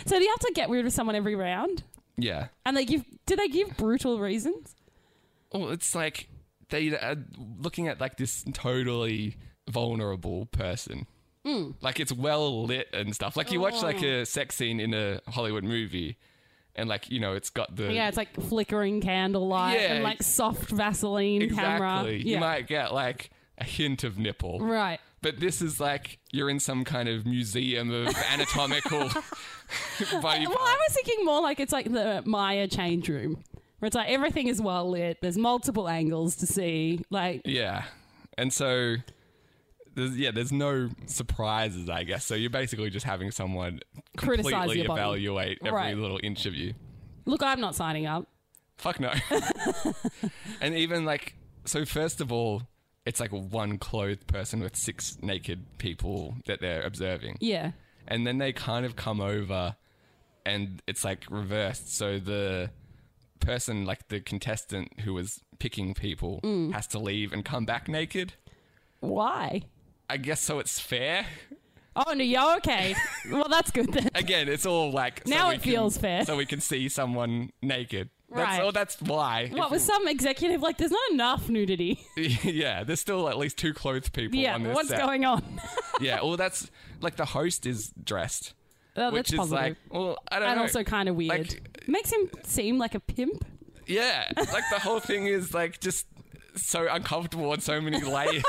H: so do you have to get weird with someone every round?
B: yeah.
H: And they give do they give brutal reasons?
B: Well, it's like they are looking at like this totally vulnerable person.
H: Hmm.
B: Like it's well lit and stuff. Like you watch like
H: Oh.
B: a sex scene in a Hollywood movie, and like you know it's got the
H: Yeah, it's like flickering candlelight
B: Yeah.
H: and like soft Vaseline
B: exactly.
H: camera.
B: You might get like a hint of nipple,
H: Right.
B: But this is like you're in some kind of museum
H: (laughs)
B: of anatomical (laughs) body.
H: Well, I was thinking more like it's like the Maya change room, where it's like everything is well lit. There's multiple angles to see. Like,
B: Yeah. And so there's, yeah, there's no surprises, I guess. So you're basically just having someone
H: Criticize
B: completely
H: your body.
B: evaluate every
H: Right.
B: little inch of you.
H: look, I'm not signing up.
B: Fuck
H: (laughs)
B: no. (laughs) and even like, so first of all, it's like one clothed person with six naked people that they're observing.
H: Yeah.
B: And then they kind of come over and it's like reversed. So the person, like the contestant who was picking people,
H: Mm.
B: has to leave and come back naked.
H: Why?
B: I guess so it's fair. (laughs)
H: Oh no, yeah, okay. well, that's good then.
B: Again, it's all like so
H: Now
B: we
H: it
B: can-
H: feels fair.
B: So we can see someone naked. That's
H: Right.
B: all that's why.
H: What
B: If-
H: was some executive like? There's not enough nudity.
B: (laughs) yeah, there's still at least two clothed people
H: (laughs) yeah,
B: on this
H: what's
B: set.
H: going on?
B: Yeah, well that's like the host is dressed.
H: Oh,
B: which
H: that's
B: is
H: positive.
B: like well, I don't
H: and
B: know.
H: also kind of weird.
B: Like-
H: Makes him seem like a pimp.
B: yeah. Like the whole thing is like just so uncomfortable on so many
H: (laughs)
B: layers.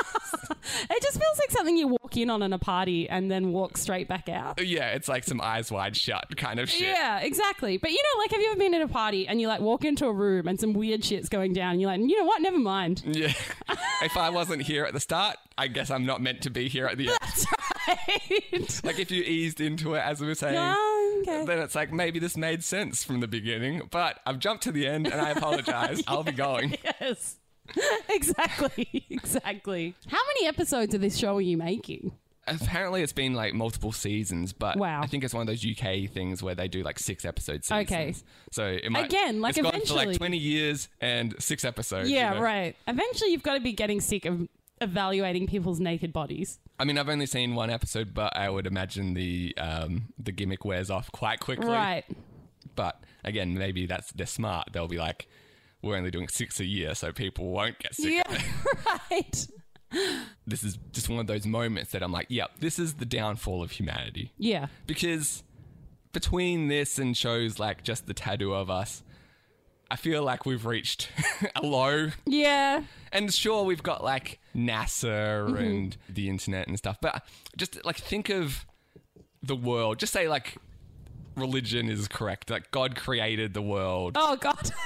H: It just feels like something you walk in on in a party and then walk straight back out.
B: yeah, it's like some eyes wide shut kind of shit.
H: Yeah, exactly. But you know, like, have you ever been at a party and you like walk into a room and some weird shit's going down? And you're like, you know what? Never mind.
B: Yeah. (laughs) if I wasn't here at the start, I guess I'm not meant to be here at the end.
H: That's right.
B: (laughs) Like if you eased into it as we were saying,
H: Yeah, Um, okay.
B: then it's like maybe this made sense from the beginning, but I've jumped to the end and I
H: (laughs)
B: apologize. I'll be going.
H: (laughs) yes. (laughs) exactly. (laughs) Exactly. How many episodes of this show are you making?
B: Apparently, it's been like multiple seasons, but
H: Wow.
B: I think it's one of those UK things where they do like six episode seasons.
H: Okay.
B: so it might
H: Again, like,
B: it's gone for
H: eventually-
B: like twenty years and six episodes. you
H: Yeah,
B: know?
H: right. Eventually, you've got to be getting sick of evaluating people's naked bodies.
B: I mean, I've only seen one episode, but I would imagine the um, the gimmick wears off quite quickly.
H: Right.
B: (laughs) But again, maybe that's they're smart. They'll be like, we're only doing six a year, so people won't get sick.
H: Yeah, right.
B: this is just one of those moments that I'm like, yep, this is the downfall of humanity.
H: Yeah.
B: Because between this and shows like just the tattoo of us, I feel like we've reached (laughs) a low.
H: Yeah.
B: And sure, we've got like NASA and the internet and stuff, but just like think of the world. Just say like religion is correct. Like God created the world.
H: Oh, God. (laughs)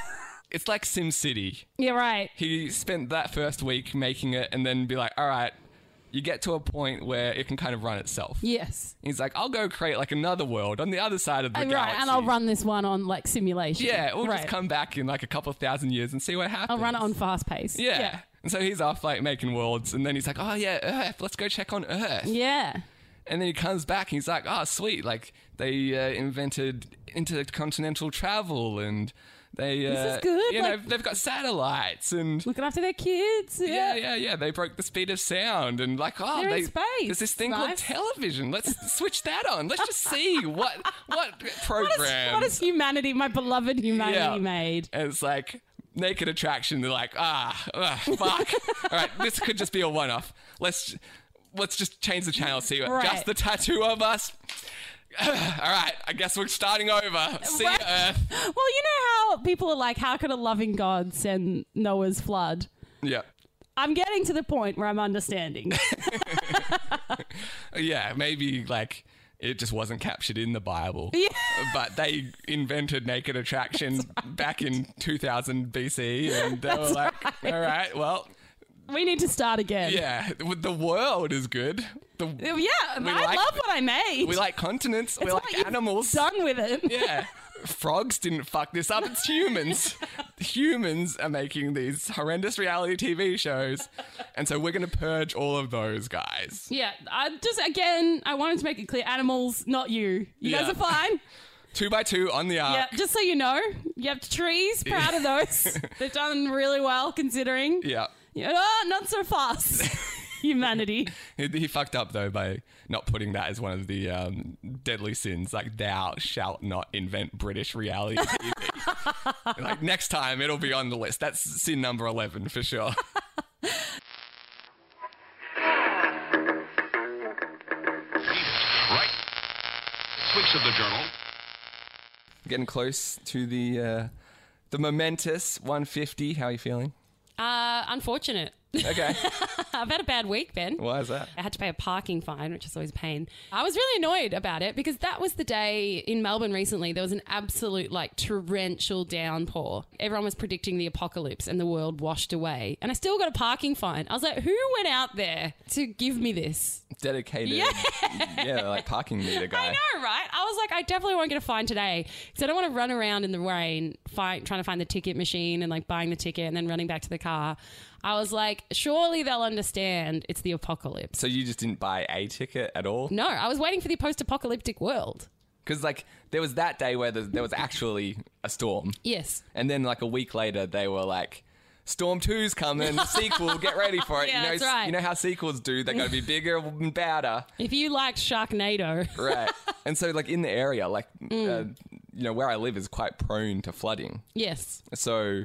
B: It's like Sim City
H: yeah, right.
B: he spent that first week making it and then be like, all right, you get to a point where it can kind of run itself.
H: Yes.
B: He's like, I'll go create like another world on the other side of the
H: Oh, Right,
B: galaxy.
H: and I'll run this one on like simulation.
B: Yeah, we'll
H: right.
B: just come back in like a couple of thousand years and see what happens.
H: I'll run it on fast pace.
B: Yeah. And so he's off like making worlds and then he's like, oh yeah, Earth, let's go check on Earth.
H: Yeah.
B: And then he comes back and he's like, oh, sweet, like they uh, invented intercontinental travel and they. Uh,
H: This is good,
B: You
H: like-
B: know, they've got satellites and
H: Looking after their kids.
B: Yeah, yeah, yeah. They broke the speed of sound, and like, oh,
H: They're in
B: they,
H: space.
B: there's this thing called
H: Nice.
B: television.
H: (laughs)
B: Let's switch that on. Let's just see what what
H: What
B: program.
H: is, what is humanity, my beloved humanity,
B: Yeah.
H: made?
B: and it's like naked
H: (laughs)
B: attraction. They're like, ah, ah, fuck. All right, this could just be a one-off. Let's. let's just change the channel. See what
H: Right.
B: just the tattoo of us. (sighs) All right, I guess we're starting over. See ya,
H: Right.
B: Earth.
H: Well, you know how people are like, how could a loving God send Noah's flood?
B: Yeah,
H: I'm getting to the point where
B: (laughs)
H: I'm understanding.
B: yeah. Maybe like it just wasn't captured in the Bible. Yeah. But they invented naked attraction back in 2000 BC, and they were like, "All right, well,
H: we need to start again.
B: yeah, the world is good. The,
H: (laughs) Yeah, I
B: like-
H: love what I made.
B: we like continents. we
H: It's
B: like
H: what you've
B: animals.
H: Done with it.
B: Yeah. Frogs didn't fuck this up. It's humans. humans are making these horrendous reality TV shows. And so we're going to purge all of those guys.
H: Yeah, I just again, I wanted to make it clear: animals, not you. You
B: Yeah.
H: guys are
B: (laughs)
H: fine.
B: Two by two on the
H: Yeah,
B: arc.
H: just so you know, you have trees. Proud
B: (laughs)
H: of those. They've done really well considering.
B: Yeah.
H: Yeah, oh, not
B: (laughs)
H: so fast, humanity.
B: He, he fucked up, though, by not putting that as one of the um, deadly sins. Like, thou shalt not invent British reality TV. (laughs) like, next time it'll be on the list. That's sin number 11 for sure.
G: Right. Six weeks of the journal.
B: (laughs) Getting close to the. Uh, the momentous 150. How are you feeling?
H: Uh,
A: (laughs)
H: unfortunate.
B: (laughs) Okay.
H: I've had a bad week, Ben.
B: Why is that?
H: I had to pay a parking fine, which is always a pain. I was really annoyed about it because that was the day in Melbourne recently. There was an absolute like torrential downpour. Everyone was predicting the apocalypse and the world washed away. And I still got a parking fine. I was like, who went out there to give me this?
B: dedicated.
H: Yeah.
B: yeah, like parking (laughs) meter guy.
H: I know, right? I was like, I definitely won't get a fine today because I don't want to run around in the rain find, trying to find the ticket machine and like buying the ticket and then running back to the car. I was like, surely they'll understand it's the apocalypse.
B: So you just didn't buy a ticket at all?
H: No, I was waiting for the post apocalyptic world.
B: Because like there was that day where the, there was actually a storm,
H: Yes.
B: and then like a week later they were like. Storm two's
H: (laughs)
B: coming. Sequel, get ready for it.
H: Yeah,
B: you know,
H: that's
B: s-
H: right.
B: you know how sequels do. They got to be bigger and
H: (laughs)
B: badder,
H: If you liked Sharknado,
B: right? and so, like in the area, like uh,
H: Mm.
B: you know where I live is quite prone to flooding.
H: yes.
B: So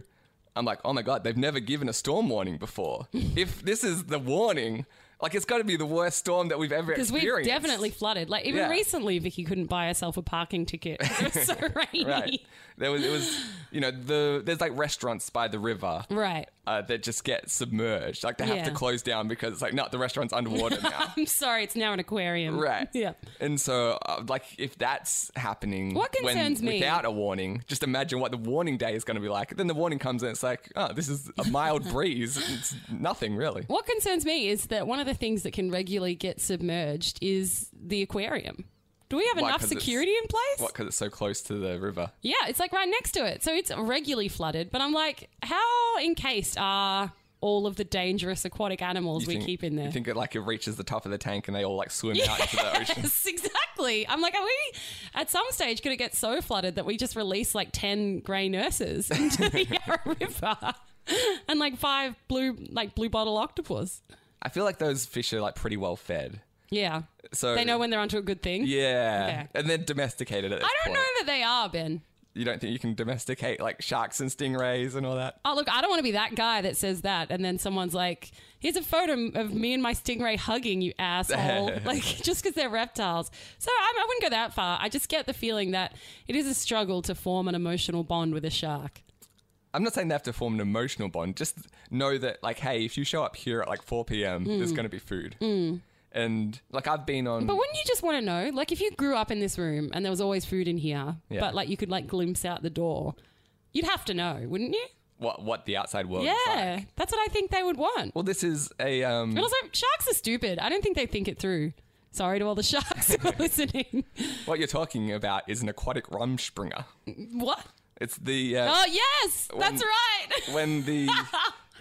B: I'm like, oh my god, they've never given a storm warning
H: (laughs)
B: before. if this is the warning, like it's got to be the worst storm that we've ever
H: Because
B: experienced.
H: we've definitely flooded. Like, even
B: Yeah.
H: recently, Vicky couldn't buy herself a parking ticket. (laughs)
B: (laughs)
H: It was so rainy.
B: right.
H: (laughs)
B: There was it was you know the there's like restaurants by the river.
H: Right.
B: Uh, that just get submerged. Like they have to
H: Yeah.
B: close down because it's like, no, the restaurant's
H: (laughs)
B: underwater now.
H: I'm sorry, it's now an aquarium.
B: right.
H: (laughs) Yeah.
B: And so, uh, like, if that's happening
H: What
B: when-
H: concerns me-
B: without a warning, just imagine what the warning day is going to be like. Then the warning comes and it's like, oh, this is a
H: (laughs)
B: mild breeze. It's nothing really.
H: What concerns me is that one of the things that can regularly get submerged is the aquarium. Do we have
B: Why,
H: enough
B: 'cause it's-
H: security in place?
B: What? Because it's so close to the river.
H: Yeah, it's like right next to it. So it's regularly flooded. But I'm like, how encased are all of the dangerous aquatic animals
B: You
H: we
B: think-
H: keep in there?
B: You think it like it reaches the top of the tank and they all like swim out into the ocean.
H: Yes, (laughs) exactly. I'm like, are we at some stage could it get so flooded that we just release like ten grey nurses (laughs) into the Yarra River (laughs) and like five blue like blue bottle octopus?
B: I feel like those fish are like pretty well fed.
H: Yeah,
B: So
H: they know when they're onto a good thing.
B: Yeah,
H: Okay.
B: and then domesticated. At this
H: I don't
B: point.
H: know that they are Ben.
B: You don't think you can domesticate like sharks and stingrays and all that?
H: Oh look, I don't want to be that guy that says that, and then someone's like, "Here's a photo of me and my stingray hugging you,
B: (laughs)
H: asshole!" like just because they're reptiles. So I, I wouldn't go that far. I just get the feeling that it is a struggle to form an emotional bond with a shark.
B: I'm not saying they have to form an emotional bond. Just know that, like, hey, if you show up here at like 4 p.m., there's going to be food. And like, I've been on.
H: Mm. But wouldn't you just want to know? Like, if you grew up in this room and there was always food in here,
B: Yeah.
H: but like you could like glimpse out the door, you'd have to know, wouldn't you?
B: what what the outside world? is
H: yeah,
B: like.
H: that's what I think they would want.
B: Well, this is a um.
H: And also, sharks are stupid. I don't think they think it through. Sorry to all the sharks (laughs) who are
B: (laughs)
H: listening.
B: What you're talking about is an aquatic rumspringer.
H: What?
B: It's the uh,
H: Oh yes,
B: When-
H: that's right.
B: when
H: (laughs)
B: the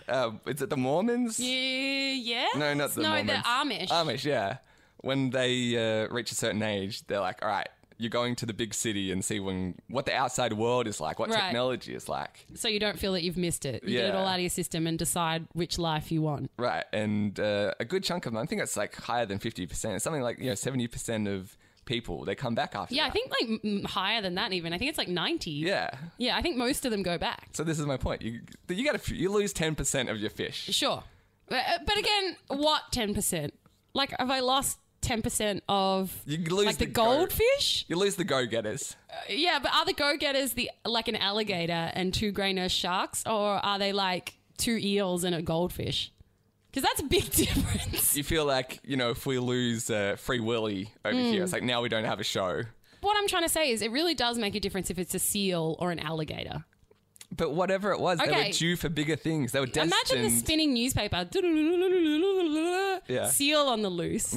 B: uh, is it the Mormons?
H: yeah, yeah.
B: No, not the
H: no,
B: Mormons.
H: the Amish.
B: Amish, yeah. When they uh, reach a certain age, they're like, "All right, you're going to the big city and see when what the outside world is like, what
H: Right.
B: technology is like,
H: So you don't (laughs) feel that you've missed it. You get it
B: Yeah.
H: all out of your system and decide which life you want.
B: right?" And uh, a good chunk of them, I think it's like higher than fifty percent. It's something like you know seventy percent of people they come back after.
H: Yeah, I
B: that.
H: think like m- m- higher than that even. I think it's like ninety.
B: Yeah.
H: Yeah, I think most of them go back.
B: So this is my point. You
H: Uh,
B: you got you lose ten percent of your fish.
H: Sure. But, but again, what 10%? Like, have I lost 10% of
B: You lose
H: like the,
B: the goat.
H: goldfish?
B: You lose the go getters.
H: Yeah, but are the go getters the like an alligator and two grey nurse sharks, or are they like two eels and a goldfish? Because that's a big (laughs) difference.
B: You feel like, you know, if we lose uh, Free Willy over
H: Hmm.
B: here, it's like now we don't have a show.
H: what I'm trying to say is, it really does make a difference if it's a seal or an alligator.
B: But whatever it was, they
H: Okay.
B: were due for bigger things. They were destined.
H: Imagine the spinning newspaper.
B: Yeah. Mm-hmm.
H: Seal on the loose.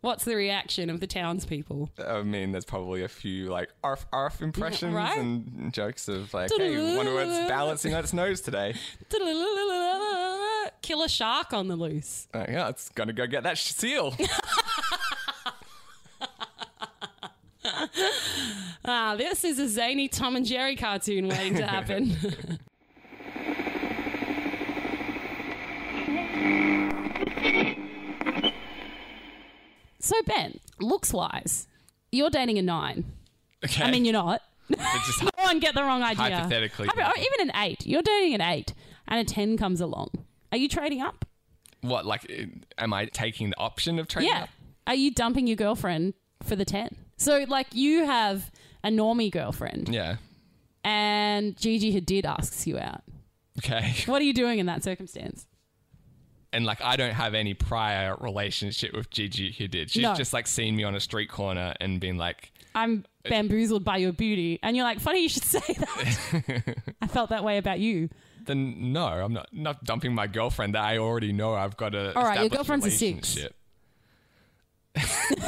H: What's the reaction of the townspeople?
B: I mean, there's probably a few like arf arf impressions
H: Right?
B: and jokes of like, hey, wonder what's balancing on its nose today.
H: Kill a shark on the loose.
B: Like, yeah, it's gonna go get that sh-
H: (laughs)
B: seal.
H: Ah, this is a zany Tom and Jerry cartoon waiting (laughs) to happen. so, Ben, looks wise, you're dating a nine.
B: (laughs) Okay.
H: I mean, you're not.
B: just
H: no one get the wrong idea.
B: Hypothetically.
H: I mean, or even an eight. You're dating an eight, and a ten comes along. Are you trading up?
B: what? Like, uh, am I taking the option of trading?
H: Yeah.
B: up?
H: Are you dumping your girlfriend for the ten? So, like, you have a normie girlfriend,
B: Yeah.
H: and Gigi Hadid asks you out.
B: Okay. (laughs)
H: What are you doing in that circumstance?
B: And like, I don't have any prior relationship with Gigi who did. She's
H: No.
B: just like seen me on a street corner and been like,
H: I'm
B: Uh,
H: bamboozled by your beauty, and you're like, funny you should (laughs) say that.
B: (laughs)
H: I felt that way about you.
B: then no, I'm not not dumping my girlfriend that I already know I've got a.
H: All right, your
B: established
H: girlfriend's a six.
B: relationship.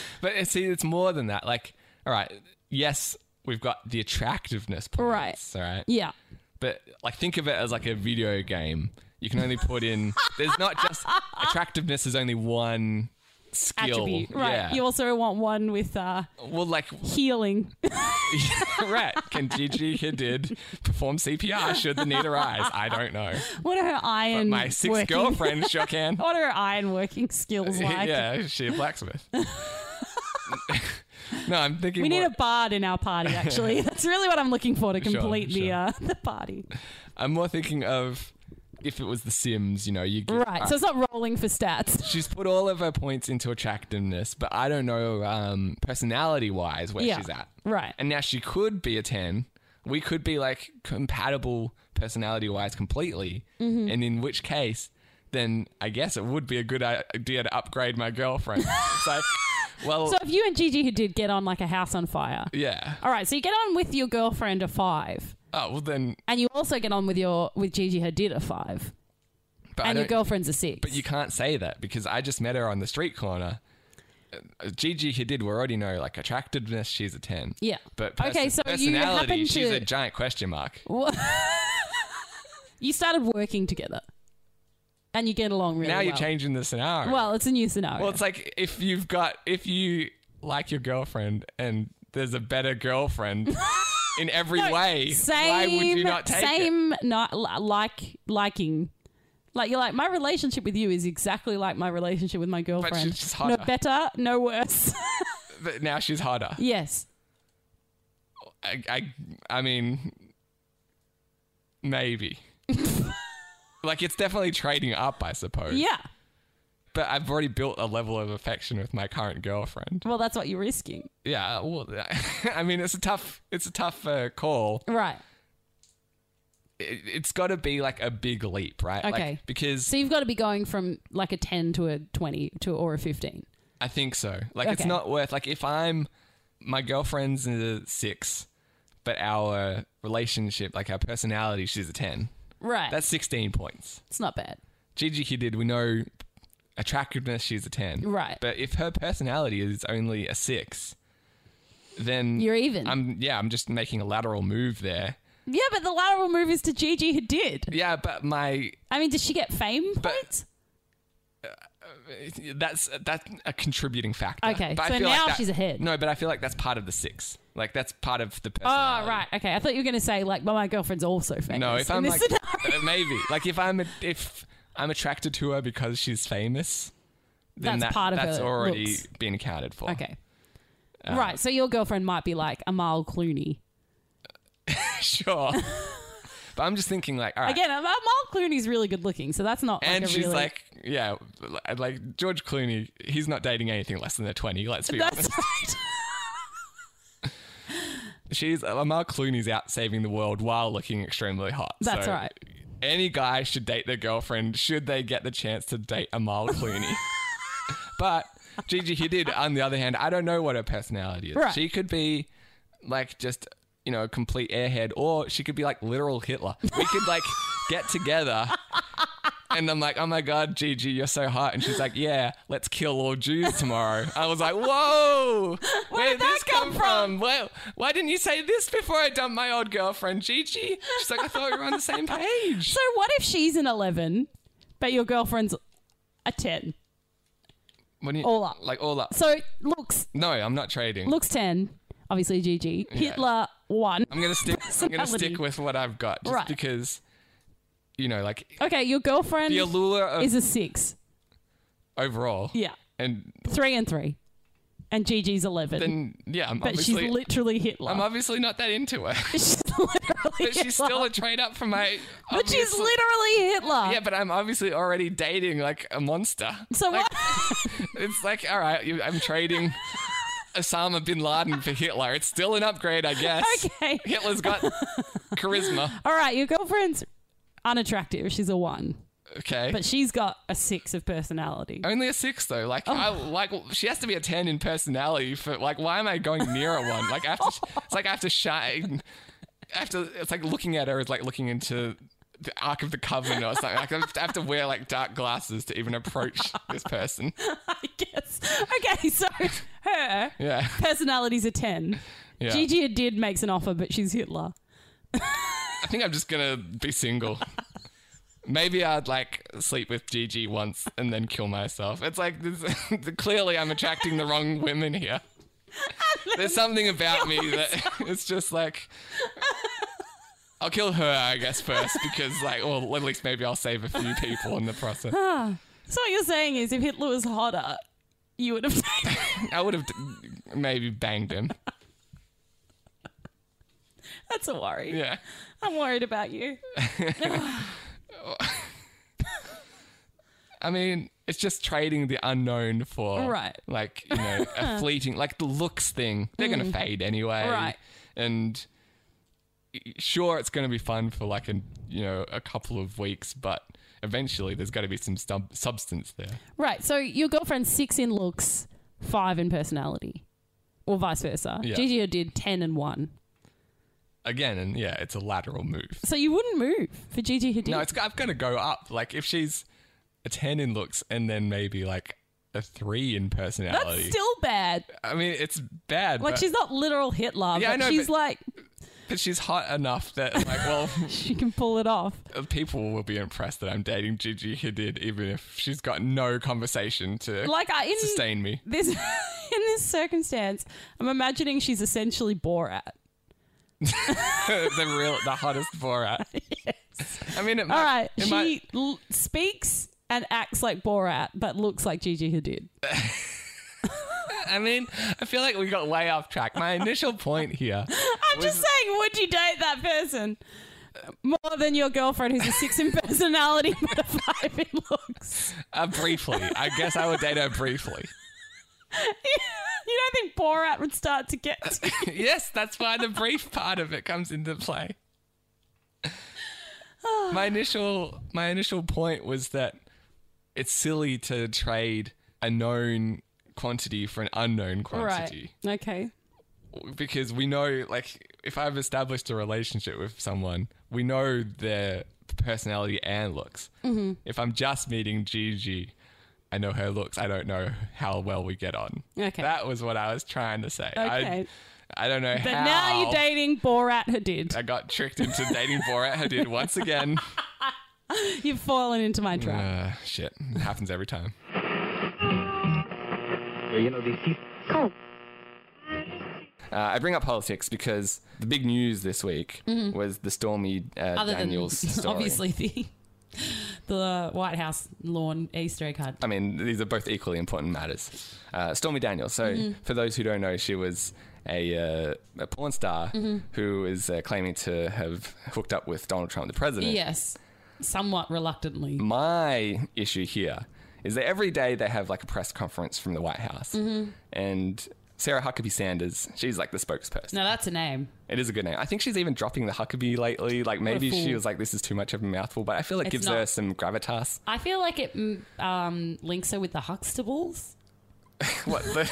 B: (laughs) but uh, see, it's more than that. Like, all right, yes, we've got the attractiveness points. All right,
H: Yeah.
B: but like think of it as like a video game. You can only put in. (laughs) There's not just attractiveness is only one skill.
H: Attribute. Right.
B: Yeah. Oh.
H: You also want one with uh,
B: well, like (laughs)
H: healing. (laughs)
B: right? Can Gigi Hadid perform CPR should the need arise? I don't know.
H: what are her iron?
B: My sixth
H: working-
B: girlfriend
H: (laughs)
B: sure can.
H: What are her iron working skills
B: (laughs)
H: like?
B: yeah, she a
H: (laughs)
B: blacksmith. no, I'm thinking.
H: We need
B: more-
H: a bard in our
B: (laughs)
H: party, actually. That's really what I'm looking for to
B: Sure,
H: complete the
B: sure.
H: uh, (laughs) the party.
B: I'm more thinking of if it was The Sims. You know, you get,
H: Right. So it's not rolling for stats. (laughs)
B: she's put all of her points into attractiveness, but I don't know um, personality wise where
H: Yeah,
B: she's at.
H: right.
B: And now she could be a ten. We could be like compatible personality wise completely,
H: Mm-hmm.
B: and in which case, then I guess it would be a good i- idea to upgrade my
H: (laughs)
B: girlfriend. it's like, well,
H: So if you and Gigi who did get on like a house on fire.
B: yeah.
H: All right, so you get on with your girlfriend a five,
B: Oh well, then.
H: and you also get on with your with Gigi Hadid a five,
B: But I
H: and your
B: don't-
H: girlfriend's a six.
B: But you can't say that because I just met her on the street corner. Uh, Gigi Hadid, we already know, like attractiveness, she's a 10.
H: Yeah.
B: But
H: Okay,
B: okay,
H: so
B: so
H: you
B: personality,
H: happen
B: she's
H: to-
B: a giant question mark. (laughs)
H: Wha- you started working together, and you get along really
B: now
H: well.
B: you're changing the scenario.
H: Well, it's a new scenario.
B: Well, it's like if you've got, if you like your girlfriend and there's a better
H: (laughs)
B: girlfriend in every way,
H: same,
B: why would you not take it?
H: same not li- like liking. Like you're like my relationship with you is exactly like my relationship with my girlfriend.
B: she's
H: no
B: hotter.
H: better, no worse. (laughs)
B: But now she's harder.
H: yes.
B: I, I, I mean, maybe.
H: (laughs)
B: like it's definitely trading up, I suppose.
H: Yeah.
B: But I've already built a level of affection with my current girlfriend.
H: Well, that's what you're risking.
B: Yeah, well, (laughs) I mean, it's a tough, it's a tough uh, call.
H: Right.
B: It, it's got to be like a big leap, right? Like,
H: Okay.
B: because
H: So you've got to be going from like a 10 to a 20 to or a 15.
B: I think so. Like, it's
H: Okay.
B: not worth. Like, if I'm my girlfriend's a six, but our relationship, like our personality, she's a ten.
H: Right.
B: That's sixteen points.
H: it's not bad.
B: Gigi Hadid, we know attractiveness, she's a 10.
H: Right.
B: But if her personality is only a 6, then.
H: You're even.
B: I'm, yeah, I'm just making a lateral move there.
H: Yeah, but the lateral move is to Gigi who did.
B: Yeah, but my.
H: I mean, did she get fame
B: But-
H: points?
B: That's that's a contributing factor.
H: Okay,
B: but I
H: so
B: feel like
H: now
B: that-
H: she's ahead.
B: No, but I feel like that's part of the six. Like that's part of the
H: Oh,
B: personality.
H: right. Okay. I thought you were going to say, like, well, my girlfriend's also famous.
B: No, if
H: in
B: I'm
H: this
B: like (laughs)
H: scenario.
B: uh, maybe like if I'm a, if I'm attracted to her because she's famous, then
H: That's
B: that,
H: part of
B: that's
H: her
B: already
H: looks.
B: been accounted for.
H: Okay. right. (laughs) So your girlfriend might be like Amal Clooney.
B: sure. But I'm just thinking, like, all right.
H: Again, uh, Mark Clooney's really good looking, so that's not.
B: and
H: like a
B: she's
H: really-
B: like, yeah, li- like George Clooney, he's not dating anything less than a 20, let's be
H: that's (laughs)
B: honest.
H: right.
B: She's, Lamar Clooney's out saving the world while looking extremely hot.
H: That's
B: So
H: right.
B: Any guy should date their girlfriend should they get the chance to date Amal
H: (laughs)
B: Clooney. but Gigi Hadid, on the other hand, I don't know what her personality is.
H: Right.
B: She could be like just, you know, a complete airhead, or she could be like literal Hitler. We could
H: (laughs)
B: like get together. And I'm like, oh my God, Gigi, you're so hot. And she's like, yeah, let's kill all Jews tomorrow. I was like, whoa, where
H: did that come from?
B: Why, why didn't you say this before I dumped my old girlfriend, Gigi? She's like, I thought we were on the same page.
H: So what if she's an eleven, but your girlfriend's a ten?
B: What do you-
H: All up.
B: Like, all up.
H: So looks
B: No, I'm not trading.
H: looks ten, obviously Gigi. Hitler one.
B: I'm gonna stick. I'm gonna stick
H: Personality.
B: with what I've got, just
H: Right.
B: because, you know, like
H: Okay, your girlfriend
B: the allure of
H: is a six.
B: overall.
H: Yeah,
B: And
H: three and three, and Gigi's eleven.
B: then yeah, I'm
H: but she's
B: obviously
H: literally (laughs) Hitler.
B: I'm obviously not that into
H: (laughs)
B: her.
H: she's literally
B: but (laughs)
H: Hitler.
B: she's still a trade up from my.
H: but she's
B: obviously-
H: literally Hitler.
B: Yeah, but I'm obviously already dating like a monster.
H: so
B: Like,
H: what? (laughs)
B: It's like all right, you- I'm trading. Osama bin Laden for Hitler. It's still an upgrade, I guess.
H: (laughs) Okay.
B: Hitler's got charisma.
H: All right, your girlfriend's unattractive. She's a one,
B: Okay.
H: but she's got a six of personality. (laughs)
B: Only a six though. Like I like she has to be a ten in personality for like why am I going near a one? Like I have to, it's like I have to shine. I have to. It's like looking at her is like looking into the Ark of the Covenant or something. Like I have to- I have to wear like dark glasses to even approach this person.
H: I guess. Okay, so her
B: Yeah,
H: personality's a ten.
B: yeah.
H: Gigi did makes an offer, but she's Hitler.
B: I think I'm just gonna be single. Maybe I'd like sleep with Gigi once and then kill myself. It's like this, (laughs) clearly I'm attracting the wrong women here. There's something about me that (laughs) it's just like I'll kill her, I guess, first because like, well, at least maybe I'll save a few people in the process.
H: So what you're saying is, if Hitler was hotter, you would have (laughs) taken.
B: I would have d- maybe banged him.
H: That's a worry.
B: Yeah.
H: I'm worried about you.
B: I mean, it's just trading the unknown for
H: Right.
B: like you
H: (laughs)
B: know a fleeting like the looks thing. They're gonna fade anyway,
H: Mm. Right.
B: And sure, it's gonna be fun for like a you know a couple of weeks, but eventually there's got to be some stub- substance there.
H: Right. So your girlfriend's six in looks, five in personality, or vice versa.
B: Yeah.
H: Gigi did ten and one.
B: Again, and yeah, it's a lateral move.
H: So you wouldn't move for Gigi Hadid.
B: No, it's I've got to go up. Like if she's a ten in looks, and then maybe like a three in
H: That's
B: personality.
H: still bad.
B: I mean, it's bad.
H: Like
B: but,
H: she's not literal Hitler,
B: Yeah, I
H: but
B: know,
H: she's
B: but-
H: like
B: but she's hot enough that like well.
H: (laughs) she can pull it off.
B: people will be impressed that I'm dating Gigi Hadid, even if she's got no conversation to
H: Like I in
B: sustain
H: (laughs)
B: me. (laughs)
H: this in this circumstance, I'm imagining she's essentially Borat.
B: the real, the hottest Borat. I mean, it might,
H: All right,
B: it
H: she
B: might-
H: l- speaks and acts like Borat, but looks like Gigi Hadid.
B: I mean, I feel like we got way off track. My initial point here.
H: I'm just saying, would you date that person Uh, more than your girlfriend, who's a six in (laughs) personality but a five in looks? (laughs)
B: Uh, briefly, I guess I would date her briefly.
H: you don't think Borat would start to get to
B: (laughs)
H: you?
B: yes, that's why the brief part of it comes into play. my initial my initial point was that it's silly to trade a known quantity for an unknown quantity
H: Okay.
B: because we know like if I've established a relationship with someone, we know their personality and looks. Mm-hmm. If I'm just meeting Gigi, I know her looks. I don't know how well we get on.
H: Okay.
B: that was what I was trying to say. I,
H: Okay.
B: I don't know
H: But
B: how.
H: now you're dating Borat Hadid.
B: I got tricked into dating Borat Hadid once again.
H: (laughs) You've fallen into my trap.
B: Uh, shit, it happens every time.
E: You know, these people.
H: Oh.
B: Uh, I bring up politics because the big news this week was the Stormy uh,
H: Mm-hmm.
A: (laughs)
H: Other (laughs)
B: Daniels
H: than
B: story.
H: obviously the the White House lawn Easter egg hunt.
B: I
H: Mm-hmm.
B: mean, these are both equally important matters. Uh, Stormy Daniels. So, for those who don't know, she was a, uh, a porn star
H: Mm-hmm.
B: who is uh, claiming to have hooked up with Donald Trump, the president.
A: Yes. Somewhat reluctantly.
B: My issue here is that every day they have like a press conference from the White House,
A: Mm-hmm.
B: and Sarah Huckabee Sanders, she's like the spokesperson.
A: Now that's a name.
B: It is a good name. I think she's even dropping the Huckabee lately. Like maybe she
A: fool.
B: was like, "This is too much of a mouthful," but I feel it
A: It's
B: gives
A: not.
B: her some gravitas.
A: I feel like it mm, um, links her with the Huxtables.
B: (laughs) What the?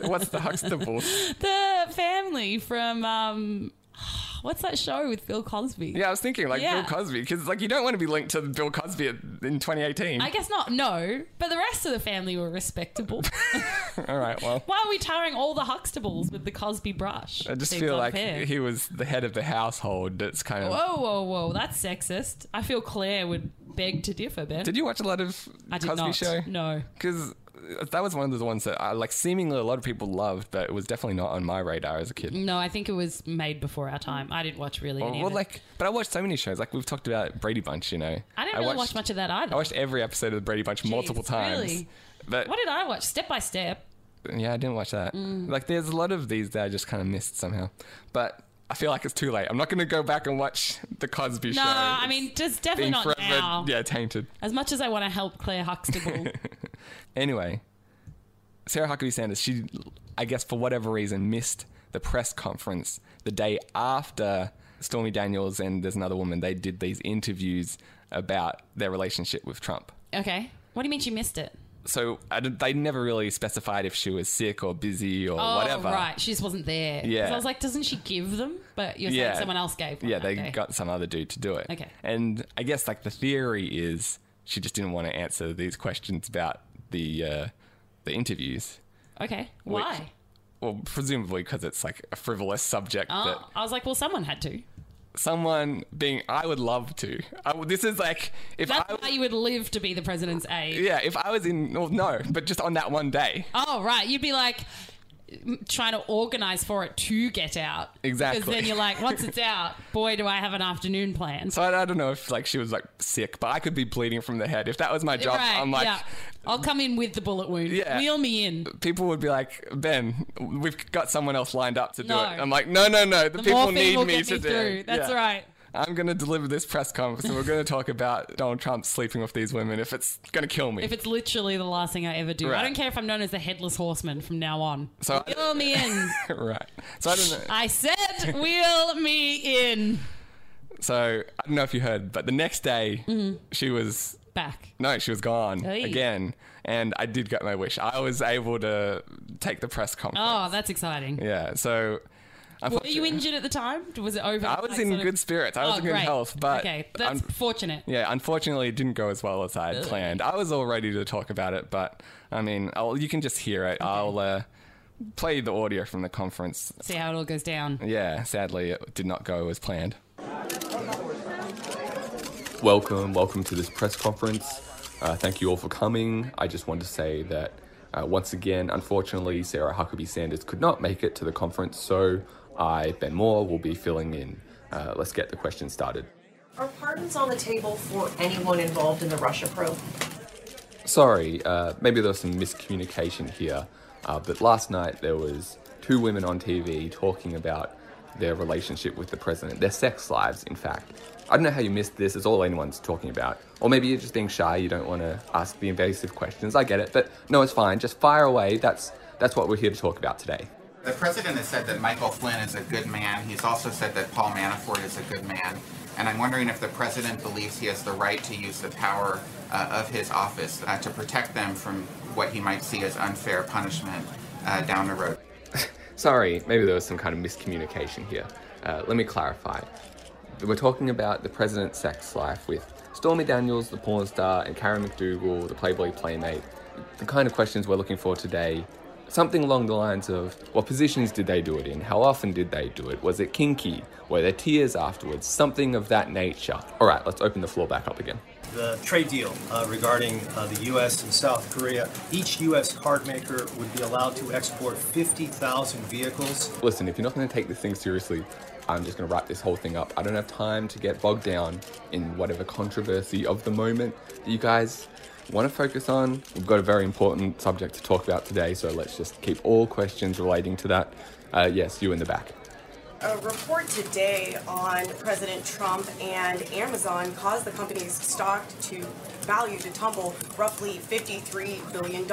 A: (laughs)
B: what's the Huxtable?
A: The family from
H: (sighs)
A: um, what's that show with Bill Cosby?
B: Yeah, I was thinking like
A: Yeah.
B: Bill Cosby because like you don't want to be linked to Bill Cosby at- in 2018.
A: I guess not. No, but the rest of the family were respectable.
B: All right, well.
A: Why are we tarring all the Huxtables with the Cosby brush?
B: I just
A: Seems
B: feel like
A: unfair.
B: he was the head of the household. That's kind of.
A: Whoa, whoa, whoa! That's sexist. I feel Claire would beg to differ, Ben.
B: Did you watch a lot of
A: I did
B: Cosby
A: not.
B: Show?
A: No.
B: because uh, that was one of the ones that I like. Seemingly, a lot of people loved, but it was definitely not on my radar as a kid.
A: No, I think it was made before our time. I didn't watch really
B: Well,
A: any
B: Oh, well,
A: of it.
B: like, but I watched so many shows. Like we've talked about Brady Bunch, you know.
A: I didn't really
B: watched,
A: watch much of that either.
B: I watched every episode of the Brady Bunch multiple times.
A: really?
B: But
A: what Mm. did I watch? Step by Step.
B: yeah, I didn't watch that. Like, there's a lot of these that I just kind of missed somehow. But I feel like it's too late. I'm not going to go back and watch the Cosby Show.
A: No, I
B: It's
A: mean, just definitely
B: being
A: not
B: forever,
A: now.
B: yeah, tainted.
A: As much as I want to help Claire
B: (laughs)
A: Huxtable,
B: Anyway, Sarah Huckabee Sanders, she, I guess, for whatever reason, missed the press conference the day after Stormy Daniels and there's another woman, they did these interviews about their relationship with Trump.
A: okay. What do you mean she missed it?
B: So I didn't- they never really specified if she was sick or busy or
A: Oh,
B: whatever.
A: right. She just wasn't there. 'Cause
B: Yeah.
A: I was like, doesn't she give them? But you're saying someone else gave. One
B: Yeah,
A: that
B: they
A: day.
B: got some other dude to do it.
A: Okay.
B: And I guess like the theory is she just didn't want to answer these questions about the uh, the interviews.
A: Okay.
B: Which-
A: Why?
B: well, presumably because it's like a frivolous subject
A: Oh, I was like, well, someone had to.
B: that someone being, I would love to. I would- this is like if
A: That's
B: I,
A: why you would live to be the president's aide.
B: yeah, if I was in, well, no, but just on that one day,
A: Oh, right. You'd be like m- trying to organize for it to get out. Because
B: Exactly.
A: then you're like, once
B: (laughs)
A: it's out, boy, do I have an afternoon plan.
B: so I, I don't know if like she was like sick, but I could be bleeding from the head if that was my job.
A: right.
B: I'm like.
A: yeah. I'll come in with the bullet wound.
B: Yeah.
A: Wheel me in.
B: People would be like, Ben, we've got someone else lined up to do
A: No.
B: it. I'm like, no, no, no. The,
A: The
B: people
A: morphine
B: need
A: will
B: me
A: get
B: to
A: me
B: do
A: through.
B: it.
A: That's
B: Yeah.
A: right.
B: I'm going to deliver this press conference and we're going to talk about Donald Trump sleeping with these women if it's going to kill me.
A: If it's literally the last thing I ever do, I
B: Right.
A: don't care if I'm known as the headless horseman from now on.
B: So-
A: wheel me
B: (laughs)
A: in.
B: (laughs) right. So I don't know.
A: I said, wheel me in.
B: So I don't know if you heard, but the next day
A: Mm-hmm.
B: she was
A: Back.
B: no, she was gone
A: Hey.
B: again, and I did get my wish. I was able to take the press conference.
A: Oh, that's exciting.
B: Yeah, so
A: Were you injured at the time? Was it over?
B: I was
A: Like,
B: in
A: sort of-
B: good spirits. I was
A: Oh,
B: in good
A: great.
B: health, but
A: okay, that's
B: un-
A: fortunate.
B: yeah, unfortunately, it didn't go as well as I had planned. I was all ready to talk about it, but I mean, I'll, you can just hear it. I'll uh, play the audio from the conference.
A: See how it all goes down.
B: Yeah, sadly, it did not go as planned.
I: Welcome, welcome to this press conference. Uh, thank you all for coming. I just want to say that uh, once again, unfortunately, Sarah Huckabee Sanders could not make it to the conference, so I, Ben Moore, will be filling in. Uh, let's get the question started.
J: Are pardons on the table for anyone involved in the Russia probe?
I: Sorry, uh, maybe there was some miscommunication here, uh, but last night there was two women on TV talking about their relationship with the president, their sex lives, in fact. I don't know how you missed this. It's all anyone's talking about. Or maybe you're just being shy. You don't want to ask the invasive questions. I get it, but no, it's fine. Just fire away. That's that's what we're here to talk about today.
K: The president has said that Michael Flynn is a good man. He's also said that Paul Manafort is a good man. And I'm wondering if the president believes he has the right to use the power uh, of his office uh, to protect them from what he might see as unfair punishment uh, down the road.
I: Sorry, maybe there was some kind of miscommunication here. Uh, let me clarify. We're talking about the president's sex life with Stormy Daniels, the porn star, and Karen McDougal, the Playboy playmate. The kind of questions we're looking for today. Something along the lines of what positions did they do it in? How often did they do it? Was it kinky? Were there tears afterwards? Something of that nature. All right, let's open the floor back up again.
L: the trade deal uh, regarding uh, the U.S. and South Korea. Each U.S. card maker would be allowed to export 50,000 vehicles
I: Listen, if you're not going to take this thing seriously, I'm just going to wrap this whole thing up. I don't have time to get bogged down in whatever controversy of the moment that you guys want to focus on. We've got a very important subject to talk about today, so let's just keep all questions relating to that
M: Uh, yes, you in the back.
J: A report today on President Trump and Amazon caused the company's stock to value to tumble roughly $53 billion.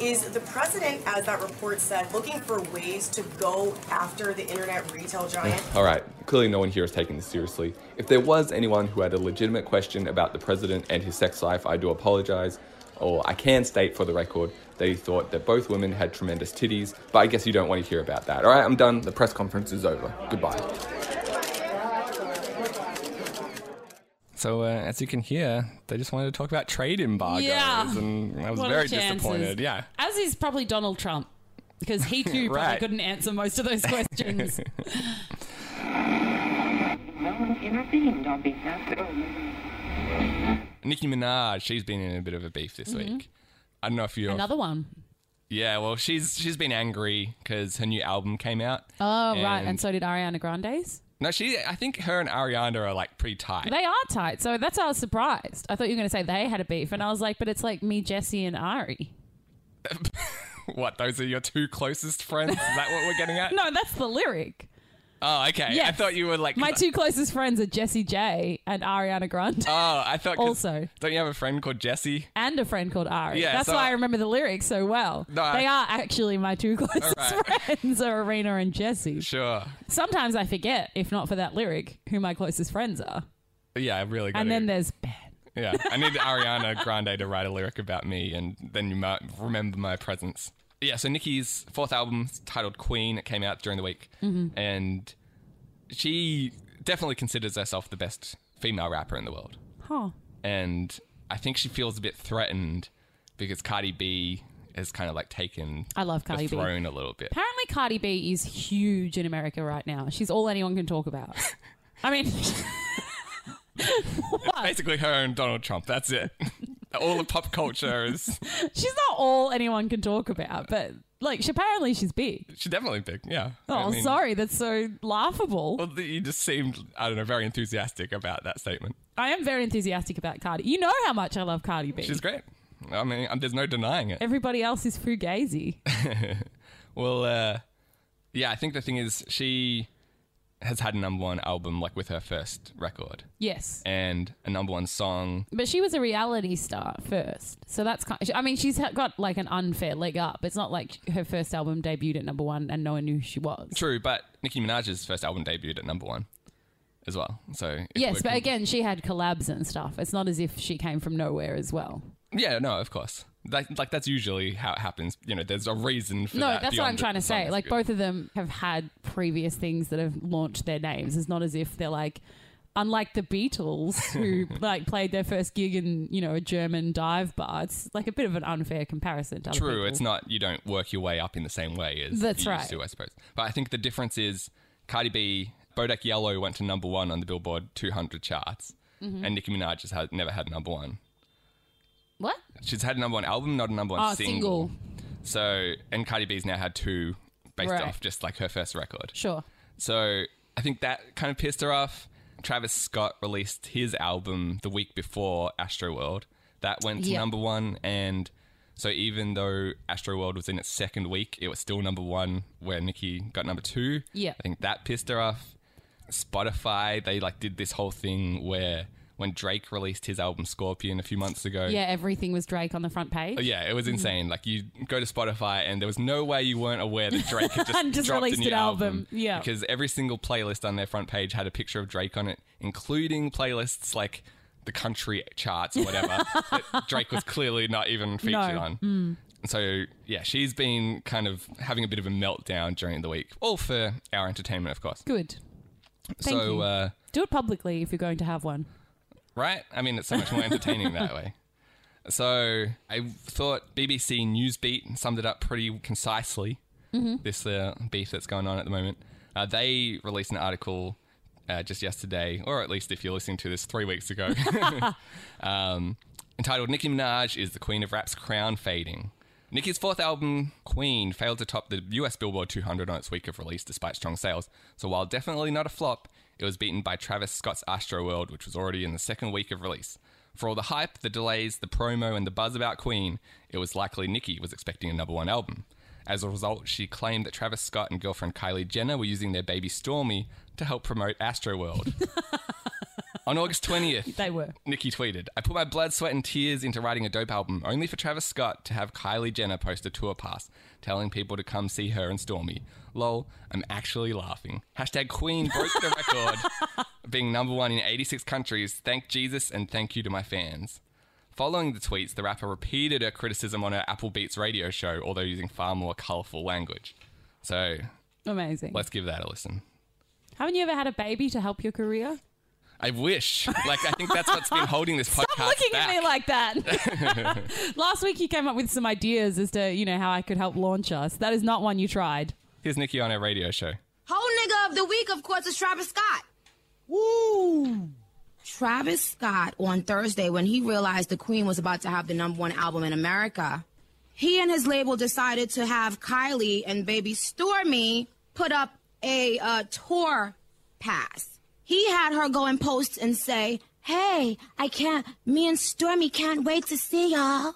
J: Is the president, as that report said, looking for ways to go after the internet retail giant?
M: All right, clearly no one here is taking this seriously. If there was anyone who had a legitimate question about the president and his sex life, I do apologize. Or I can state for the record that he thought that both women had tremendous titties, but I guess you don't want to hear about that. All right, I'm done. The press conference is over. Goodbye.
B: So uh, as you can hear, they just wanted to talk about trade embargoes,
A: Yeah.
B: and I was
A: What are
B: very
A: the chances?
B: disappointed. Yeah,
A: As is probably Donald Trump, because
B: (laughs)
A: he too probably
B: Right.
A: couldn't answer most of
B: (laughs)
A: those questions.
N: No one's intervened on behalf of.
B: Nicki Minaj, she's been in a bit of a beef this
A: Mhm.
B: week. I don't know if you're
A: Another one.
B: Yeah, well, she's she's been angry because her new album came out.
A: Oh, right. And so did Ariana Grande's.
B: no, she. I think her and Ariana are like pretty tight.
A: They are tight, so that's why I was surprised. I thought you were going to say they had a beef, and I was like, but it's like me, Jesse, and Ari.
B: what? Those are your two closest friends? Is that what we're getting at?
A: (laughs) No, that's the lyric.
B: Oh, okay. I
A: Yes.
B: thought you were like uh,
A: My two closest friends are Jesse J and Ariana Grande,
B: Oh, I thought 'cause-
A: Also.
B: Don't you have a friend called Jesse?
A: and a friend called Ari.
B: Yeah,
A: that's
B: so-
A: why I remember the lyrics so well.
B: No, I-
A: they are actually my two (laughs) closest
B: (laughs)
A: friends are Arena and Jesse.
B: Sure.
A: Sometimes I forget, if not for that lyric, who my closest friends are.
B: Yeah, I really. Got
A: and then there's Ben.
B: Yeah,
A: (laughs)
B: I need Ariana Grande to write a lyric about me, and then you might remember my presence. Yeah, so Nikki's fourth album, titled Queen, it came out during the week,
A: Mm-hmm.
O: Mhm.
B: and she definitely considers herself the best female rapper in the world.
A: Huh.
B: And I think she feels a bit threatened because Cardi B has kind of like taken
A: I love Cardi B.
B: the throne a little bit.
A: Apparently, Cardi B is huge in America right now. She's all anyone can talk
B: (laughs)
A: about. I mean, (laughs)
B: It's basically her and Donald Trump. That's it. (laughs) All of pop culture is.
A: she's not all anyone can talk about, but like, she, apparently she's big.
B: She's definitely big. Yeah.
A: Oh,
B: I mean-
A: sorry, that's so laughable.
B: Well, th- you just seemed, I don't know, very enthusiastic about that statement.
A: I am very enthusiastic about Cardi. You know how much I love Cardi B.
B: She's great. I mean, um, there's no denying it.
A: Everybody else is fugazi.
B: well, uh, yeah, I think the thing is, she has had a number one album, like with her first record.
A: Yes.
B: And a number one song.
A: But she was a reality star first, so that's kind. I mean, she's ha- got like an unfair leg up. It's not like her first album debuted at number one and no one knew who she was.
B: True, but Nicki Minaj's first album debuted at number one as well. So, if
A: yes,
B: we're
A: but
B: com-
A: again, she had collabs and stuff. It's not as if she came from nowhere as well.
B: yeah, no, of course. Like, like, that's usually how it happens. You know, there's a reason for
A: no,
B: that.
A: that's what
B: beyond
A: I'm
B: the
A: trying to
B: song
A: say.
B: is
A: Like
B: good.
A: both of them have had previous things that have launched their names. It's not as if they're like unlike the
B: (laughs)
A: Beatles who like played their first gig in, you know, a German dive bar. It's like a bit of an unfair comparison to other
B: True,
A: people.
B: it's not you don't work your way up in the same way as
A: That's
B: you
A: right.
B: used to, I suppose. But I think the difference is Cardi B, Bodak Yellow went to number one on the Billboard 200 charts,
A: Mhm.
B: and Nicki Minaj has had, never had number one.
A: What?
B: She's had a number one album, not a number one
A: Oh,
B: single.
A: single.
B: So, and Cardi B's now had two based
A: Right.
B: off just like her first record.
A: Sure.
B: So I think that kind of pissed her off. Travis Scott released his album the week before Astro World. That went to
A: Yeah.
B: number one, and so even though Astro World was in its second week, it was still number one where Nikki got number two.
A: Yeah.
B: I think that pissed her off. Spotify, they like did this whole thing where when Drake released his album Scorpion a few months ago.
A: Yeah, everything was Drake on the front page.
B: Oh, yeah, it was
A: Mm-hmm.
B: insane. Like you go to Spotify, and there was no way you weren't
A: (laughs)
B: aware that Drake had just,
A: And just
B: dropped
A: released
B: a new
A: an album. Yeah.
B: because every single playlist on their front page had a picture of Drake on it, including playlists like the country charts or whatever.
A: (laughs)
B: that Drake was clearly not even featured
A: No.
B: on.
A: Mm.
B: So yeah, she's been kind of having a bit of a meltdown during the week, all for our entertainment, of course.
A: Good. Thank
B: so
A: you.
B: Uh,
A: Do it publicly if you're going to have one.
B: right? I mean, it's so much more entertaining that way. So I thought BBC Newsbeat summed it up pretty concisely.
A: Mhm.
B: This uh, beef that's going on at the moment. Uh, they released an article uh, just yesterday, or at least if you're listening to this three weeks ago, um, entitled "Nicki Minaj is the Queen of Rap's Crown Fading." Nicki's fourth album, Queen, failed to top the US Billboard 200 on its week of release despite strong sales. So while definitely not a flop, it was beaten by Travis Scott's Astroworld, which was already in the second week of release. For all the hype, the delays, the promo, and the buzz about Queen, it was likely Nicki was expecting a number one album. As a result, she claimed that Travis Scott and girlfriend Kylie Jenner were using their baby Stormy to help promote Astroworld. On August 20th,
H: they were.
B: Nikki tweeted, I put my blood, sweat, and tears into writing a dope album only for Travis Scott to have Kylie Jenner post a tour pass telling people to come see her and Stormy. Lol, I'm actually laughing. Hashtag Queen broke the
H: (laughs)
B: record, being number one in 86 countries. Thank Jesus and thank you to my fans. Following the tweets, the rapper repeated her criticism on her Apple Beats radio show, although using far more colourful language. So,
H: Amazing.
B: let's give that a listen.
H: Haven't you ever had a baby to help your career?
B: I wish. Like, I think that's what's been holding this podcast
H: (laughs) Stop looking
B: back.
H: at me
B: (laughs)
H: like that. (laughs) Last week you came up with some ideas as to, you know, how I could help launch us. That is not one you tried.
B: Here's Nikki on her radio show.
K: Whole nigga of the week, of course, is Travis Scott. Woo! Travis Scott on Thursday, when he realized the Queen was about to have the number one album in America, he and his label decided to have Kylie and baby Stormy put up a uh, tour pass. He had her go and post and say, Hey, I can't, me and Stormy can't wait to see y'all.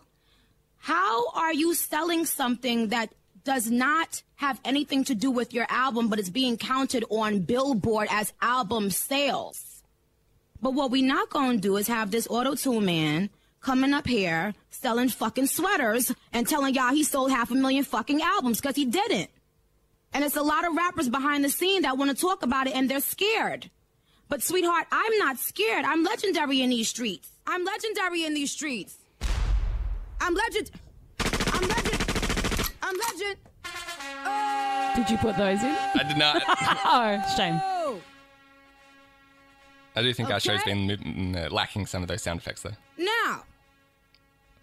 K: How are you selling something that does not have anything to do with your album, but it's being counted on Billboard as album sales? But what we not gonna do is have this auto tune man coming up here selling fucking sweaters and telling y'all he sold half a million fucking albums because he didn't. And it's a lot of rappers behind the scene that want to talk about it and they're scared. But sweetheart, I'm not scared. I'm legendary in these streets. I'm legendary in these streets. I'm legend. I'm legend. I'm legend.
H: Did you put those in?
B: (laughs) I did
H: (laughs)
B: not.
H: oh, shame.
B: I do think our show's
K: Okay.
B: been mm, mm, uh, lacking some of those sound effects, though.
K: Now,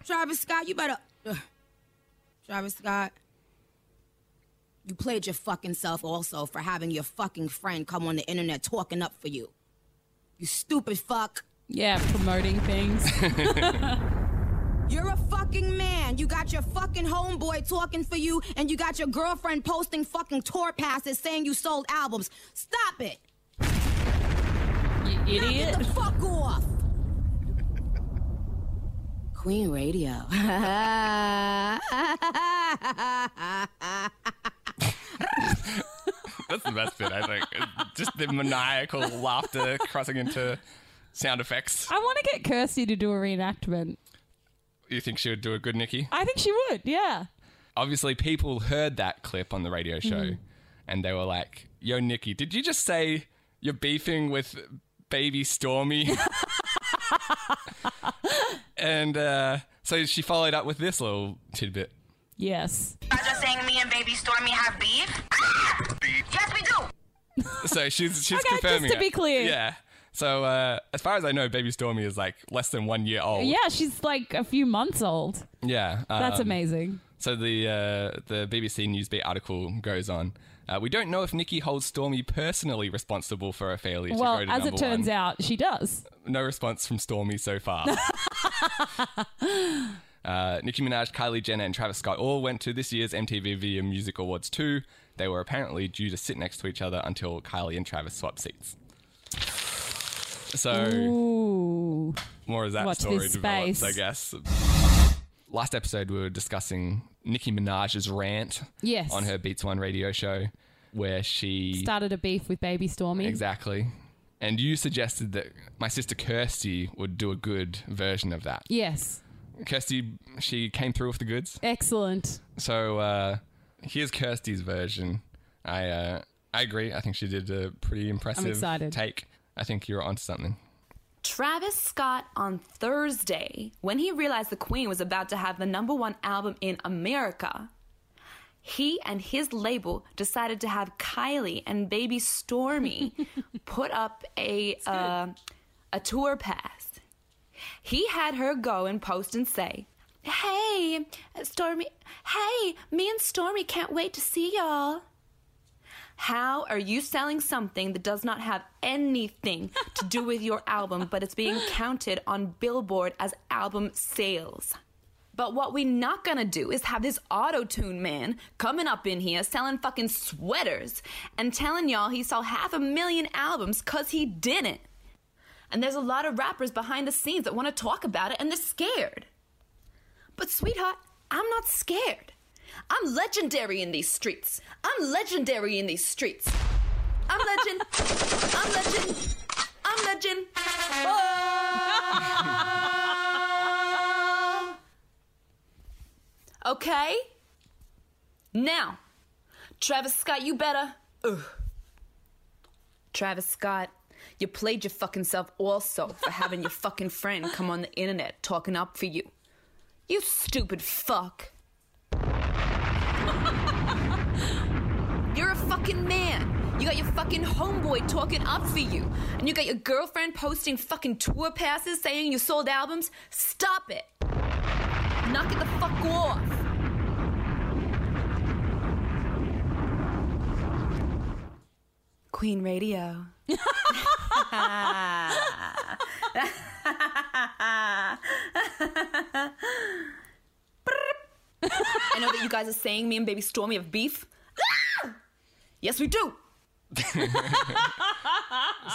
K: Travis Scott, you better. Ugh. Travis Scott, you played your fucking self also for having your fucking friend come on the internet talking up for you. You stupid fuck.
H: Yeah,
B: (laughs)
H: promoting things.
K: You're a fucking man. You got your fucking homeboy talking for you, and you got your girlfriend posting fucking tour passes saying you sold albums. Stop it.
H: You
K: idiot. the fuck off. Queen Radio. (laughs)
P: Ah!
B: That's the best bit, I think. Just the maniacal laughter crossing into sound effects.
H: I want to get Kirsty to do a reenactment.
B: You think she would do a good Nikki?
H: I think she would, yeah.
B: Obviously, people heard that clip on the radio show
H: Mhm.
B: and they were like, Yo, Nikki, did you just say you're beefing with baby
H: (laughs)
B: Stormy? (laughs) and uh, so she followed up with this little tidbit.
H: Yes.
P: Y'all just saying me and baby Stormy have beef? Ah! Yes, we do.
B: So she's she's
H: Okay, just
B: confirming.
H: to
B: it.
H: be clear.
B: Yeah. So uh, as far as I know, baby Stormy is like less than one year old.
H: Yeah, she's like a few months old.
B: Yeah.
H: That's
B: um,
H: amazing.
B: So the uh, the BBC Newsbeat article goes on. Uh, we don't know if Nikki holds Stormy personally responsible for her failure
H: Well,
B: to go to
H: as it
B: number
H: turns
B: one.
H: out, she does.
B: No response from Stormy so
H: (laughs)
B: far. uh, Nicki Minaj, Kylie Jenner, and Travis Scott all went to this year's MTV Video Music Awards too. They were apparently due to sit next to each other until Kylie and Travis swapped seats. So
H: Ooh.
B: more of that
H: Watch
B: story
H: this
B: develops,
H: space.
B: I guess. Last episode, we were discussing Nicki Minaj's rant
H: Yes.
B: on her Beats One radio show, where she
H: Started a beef with Baby Stormy.
B: exactly. And you suggested that my sister Kirsty would do a good version of that.
H: Yes.
B: Kirsty, she came through with the goods.
H: Excellent.
B: So uh, here's Kirsty's version. I uh, I agree. I think she did a pretty impressive
A: excited.
B: take. I think you're onto something.
A: Travis Scott on Thursday, when he realized the Queen was about to have the number one album in America, he and his label decided to have Kylie and baby Stormy put up a uh, a tour pass. He had her go and post and say, "Hey, Stormy, hey, me and Stormy can't wait to see y'all." How are you selling something that does not have anything to do with your album, but it's being counted on Billboard as album sales? But what we not gonna do is have this auto tune man coming up in here selling fucking sweaters and telling y'all he sold half a million albums because he didn't. And there's a lot of rappers behind the scenes that wanna talk about it and they're scared. But sweetheart, I'm not scared.
K: I'm legendary in these streets. I'm legendary in these streets. I'm legend. I'm legend. I'm legend. Oh. okay. Now, Travis Scott, you better. Ugh. Travis Scott, you played your fucking self also for having your fucking friend come on the internet talking up for you. You stupid fuck. You're a fucking man. You got your fucking homeboy talking up for you. And you got your girlfriend posting fucking tour passes saying you sold albums. Stop it. Knock it the fuck off. Queen Radio. I know that you guys are saying me and Baby Stormy have beef. Ah! Yes, we do.
B: So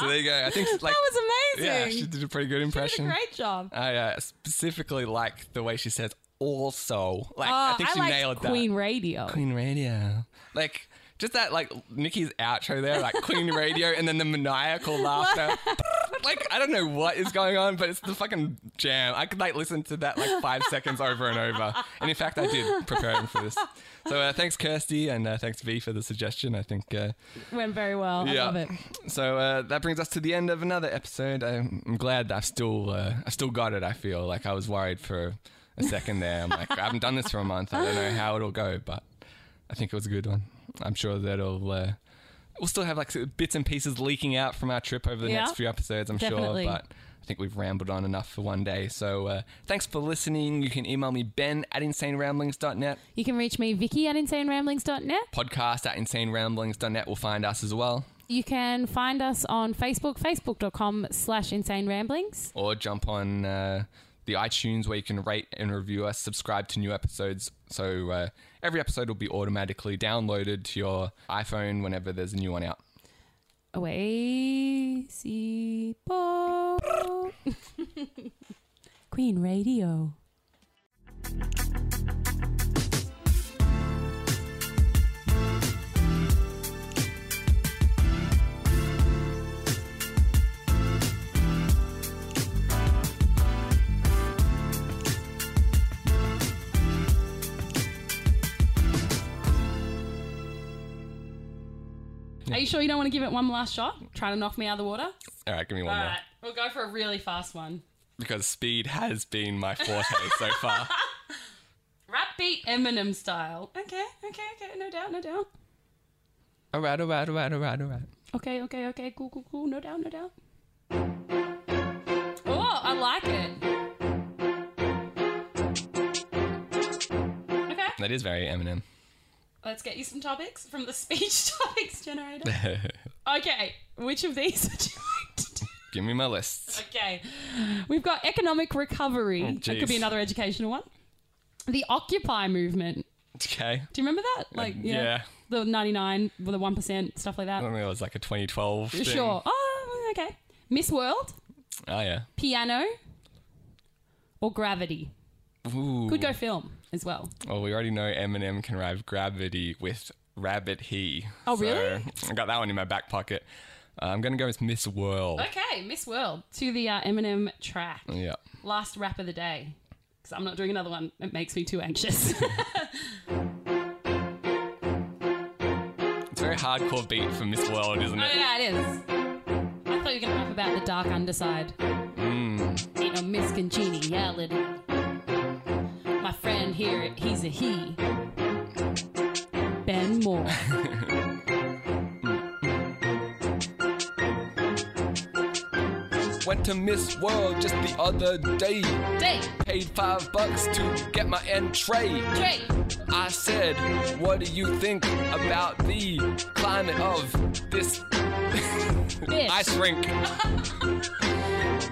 B: there you go. I think like
A: That was amazing.
B: Yeah, she did a pretty good impression.
A: great job.
B: I uh, specifically like the way she says also. Like I
A: Oh,
B: think she
A: liked
B: nailed that.
A: Queen Radio.
B: Queen Radio. Like just that like Nikki's outro there, like Queen Radio, and then the maniacal laughter. like I don't know what is going on, but it's the fucking jam. I could like listen to that like five seconds over and over. And in fact, I did preparing for this. So uh, thanks Kirsty and uh, thanks V for the suggestion. I think. Uh,
A: Went very well. I love it.
B: so uh, that brings us to the end of another episode. I'm, I'm glad I've still uh, I still got it. I feel like I was worried for a second there. I'm like I haven't done this for a month. I don't know how it'll go, but I think it was a good one. I'm sure that it'll uh, we'll still have like bits and pieces leaking out from our trip over the
A: Yeah.
B: next few episodes. I'm
A: Definitely.
B: sure, but I think we've rambled on enough for one day. So uh, thanks for listening. You can email me Ben at insaneramblings.net
A: You can reach me, Vicky at insaneramblings.net.
B: podcast at insaneramblings.net will find us as well.
A: You can find us on Facebook, facebook.com slash insane ramblings.
B: or jump on uh, the iTunes where you can rate and review us, subscribe to new episodes. So uh, every episode will be automatically downloaded to your iPhone whenever there's a new one out.
A: Away, see, bo. (laughs) Queen Radio. Are you sure you don't want to give it one last shot? Try to knock me out of the water?
B: All right, give me
A: All
B: one more.
A: right, we'll go for a really fast one.
B: Because speed has been my forte (laughs) so
A: (laughs)
B: far.
A: Rap beat Eminem style. Okay, okay, okay, no doubt, no doubt.
B: All right, all right, all right, all right, all right.
A: Okay, okay, okay, cool, cool, cool, no doubt, no doubt. Oh, I like it. Okay,
B: That is very Eminem.
A: let's get you some topics from the speech (laughs) topics
B: (laughs)
A: generator. Okay, which of these would you like to do?
B: give me my list.
A: Okay. We've got economic recovery.
B: Oh,
A: that could
B: geez.
A: be another educational one. The Occupy movement.
B: Okay.
A: Do you remember that? Like, you know,
B: Uh, yeah.
A: the 99, the 1%, stuff like
B: I
A: that.
B: don't think it was like a 2012 thing.
A: Sure. Oh, okay. Miss World,
B: Oh, yeah.
A: piano, or gravity.
B: Ooh.
A: Could go film as well.
B: Well, we already know Eminem can rhyme gravity with rabbit he.
A: Oh, really?
B: I got that one in my back pocket. Uh, I'm going to go with Miss World.
A: Okay, Miss World to the uh, Eminem track.
B: Yeah.
A: Last rap of the day. Because I'm not doing another one. It makes me too anxious. (laughs)
B: It's a very hardcore beat for Miss World, isn't
A: Oh,
B: it?
A: yeah, it is. I thought you were going to rap about the dark underside.
B: Mm.
A: Ain't no miscongeniality. My friend here, he's a he. Ben Moore.
B: Went to Miss World just the other day.
A: Day.
B: Paid five bucks to get my entree.
A: Trey.
B: I said, what do you think about the climate of this
A: Bitch.
B: ice rink?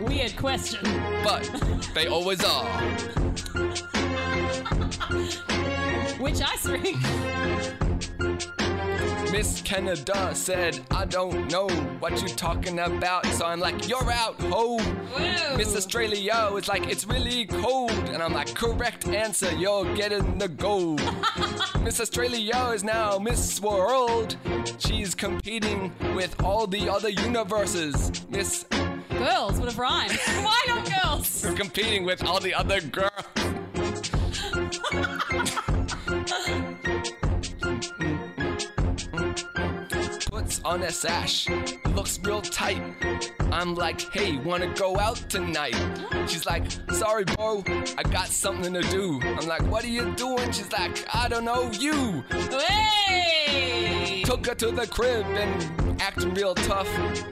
A: Weird question.
B: But they always are.
A: Which ice rink?
B: Miss Canada said, I don't know what you talking about. So I'm like, you're out, ho. Miss Australia was like, it's really cold. And I'm like, correct answer, you're getting the gold. Miss Australia is now Miss World. She's competing with all the other universes. Miss.
A: Girls would have rhymed. (laughs) Why not girls?
B: competing with all the other girls. puts on a sash, looks real tight. I'm like, hey, wanna go out tonight? She's like, sorry, bro, I got something to do. I'm like, what are you doing? She's like, I don't know, you.
A: Hey!
B: Took her to the crib and acting real tough.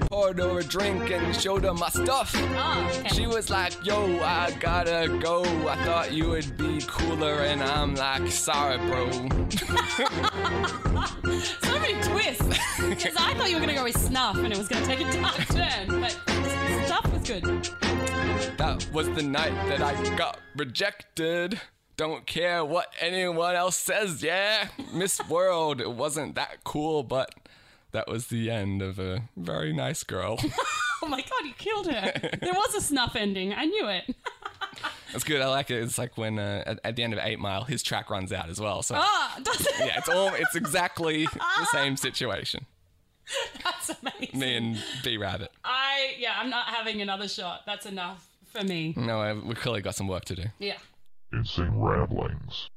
B: Poured her a drink and showed her my stuff.
A: Oh, okay.
B: She was like, yo, I gotta go. I thought you would be cooler, and I'm like, sorry, bro.
A: So many twists. Because I thought you were going to go with snuff and it was going to take a dark (laughs) turn. But stuff was good.
B: That was the night that I got rejected. Don't care what anyone else says, yeah. Miss World, it wasn't that cool, but that was the end of a very nice girl.
A: Oh my god, you killed
B: (laughs)
A: her. There was a snuff ending. I knew it. (laughs)
B: That's good. I like it. It's like when uh, at, at the end of Eight Mile, his track runs out as well. So
A: Ah, does it?
B: yeah, it's all it's exactly the same situation.
A: (laughs) That's amazing.
B: Me and B Rabbit.
A: I, yeah, I'm not having another shot. That's enough for me.
B: Mm. uh, No, I, we clearly got some work to do.
A: Yeah.
G: It's in Ramblings.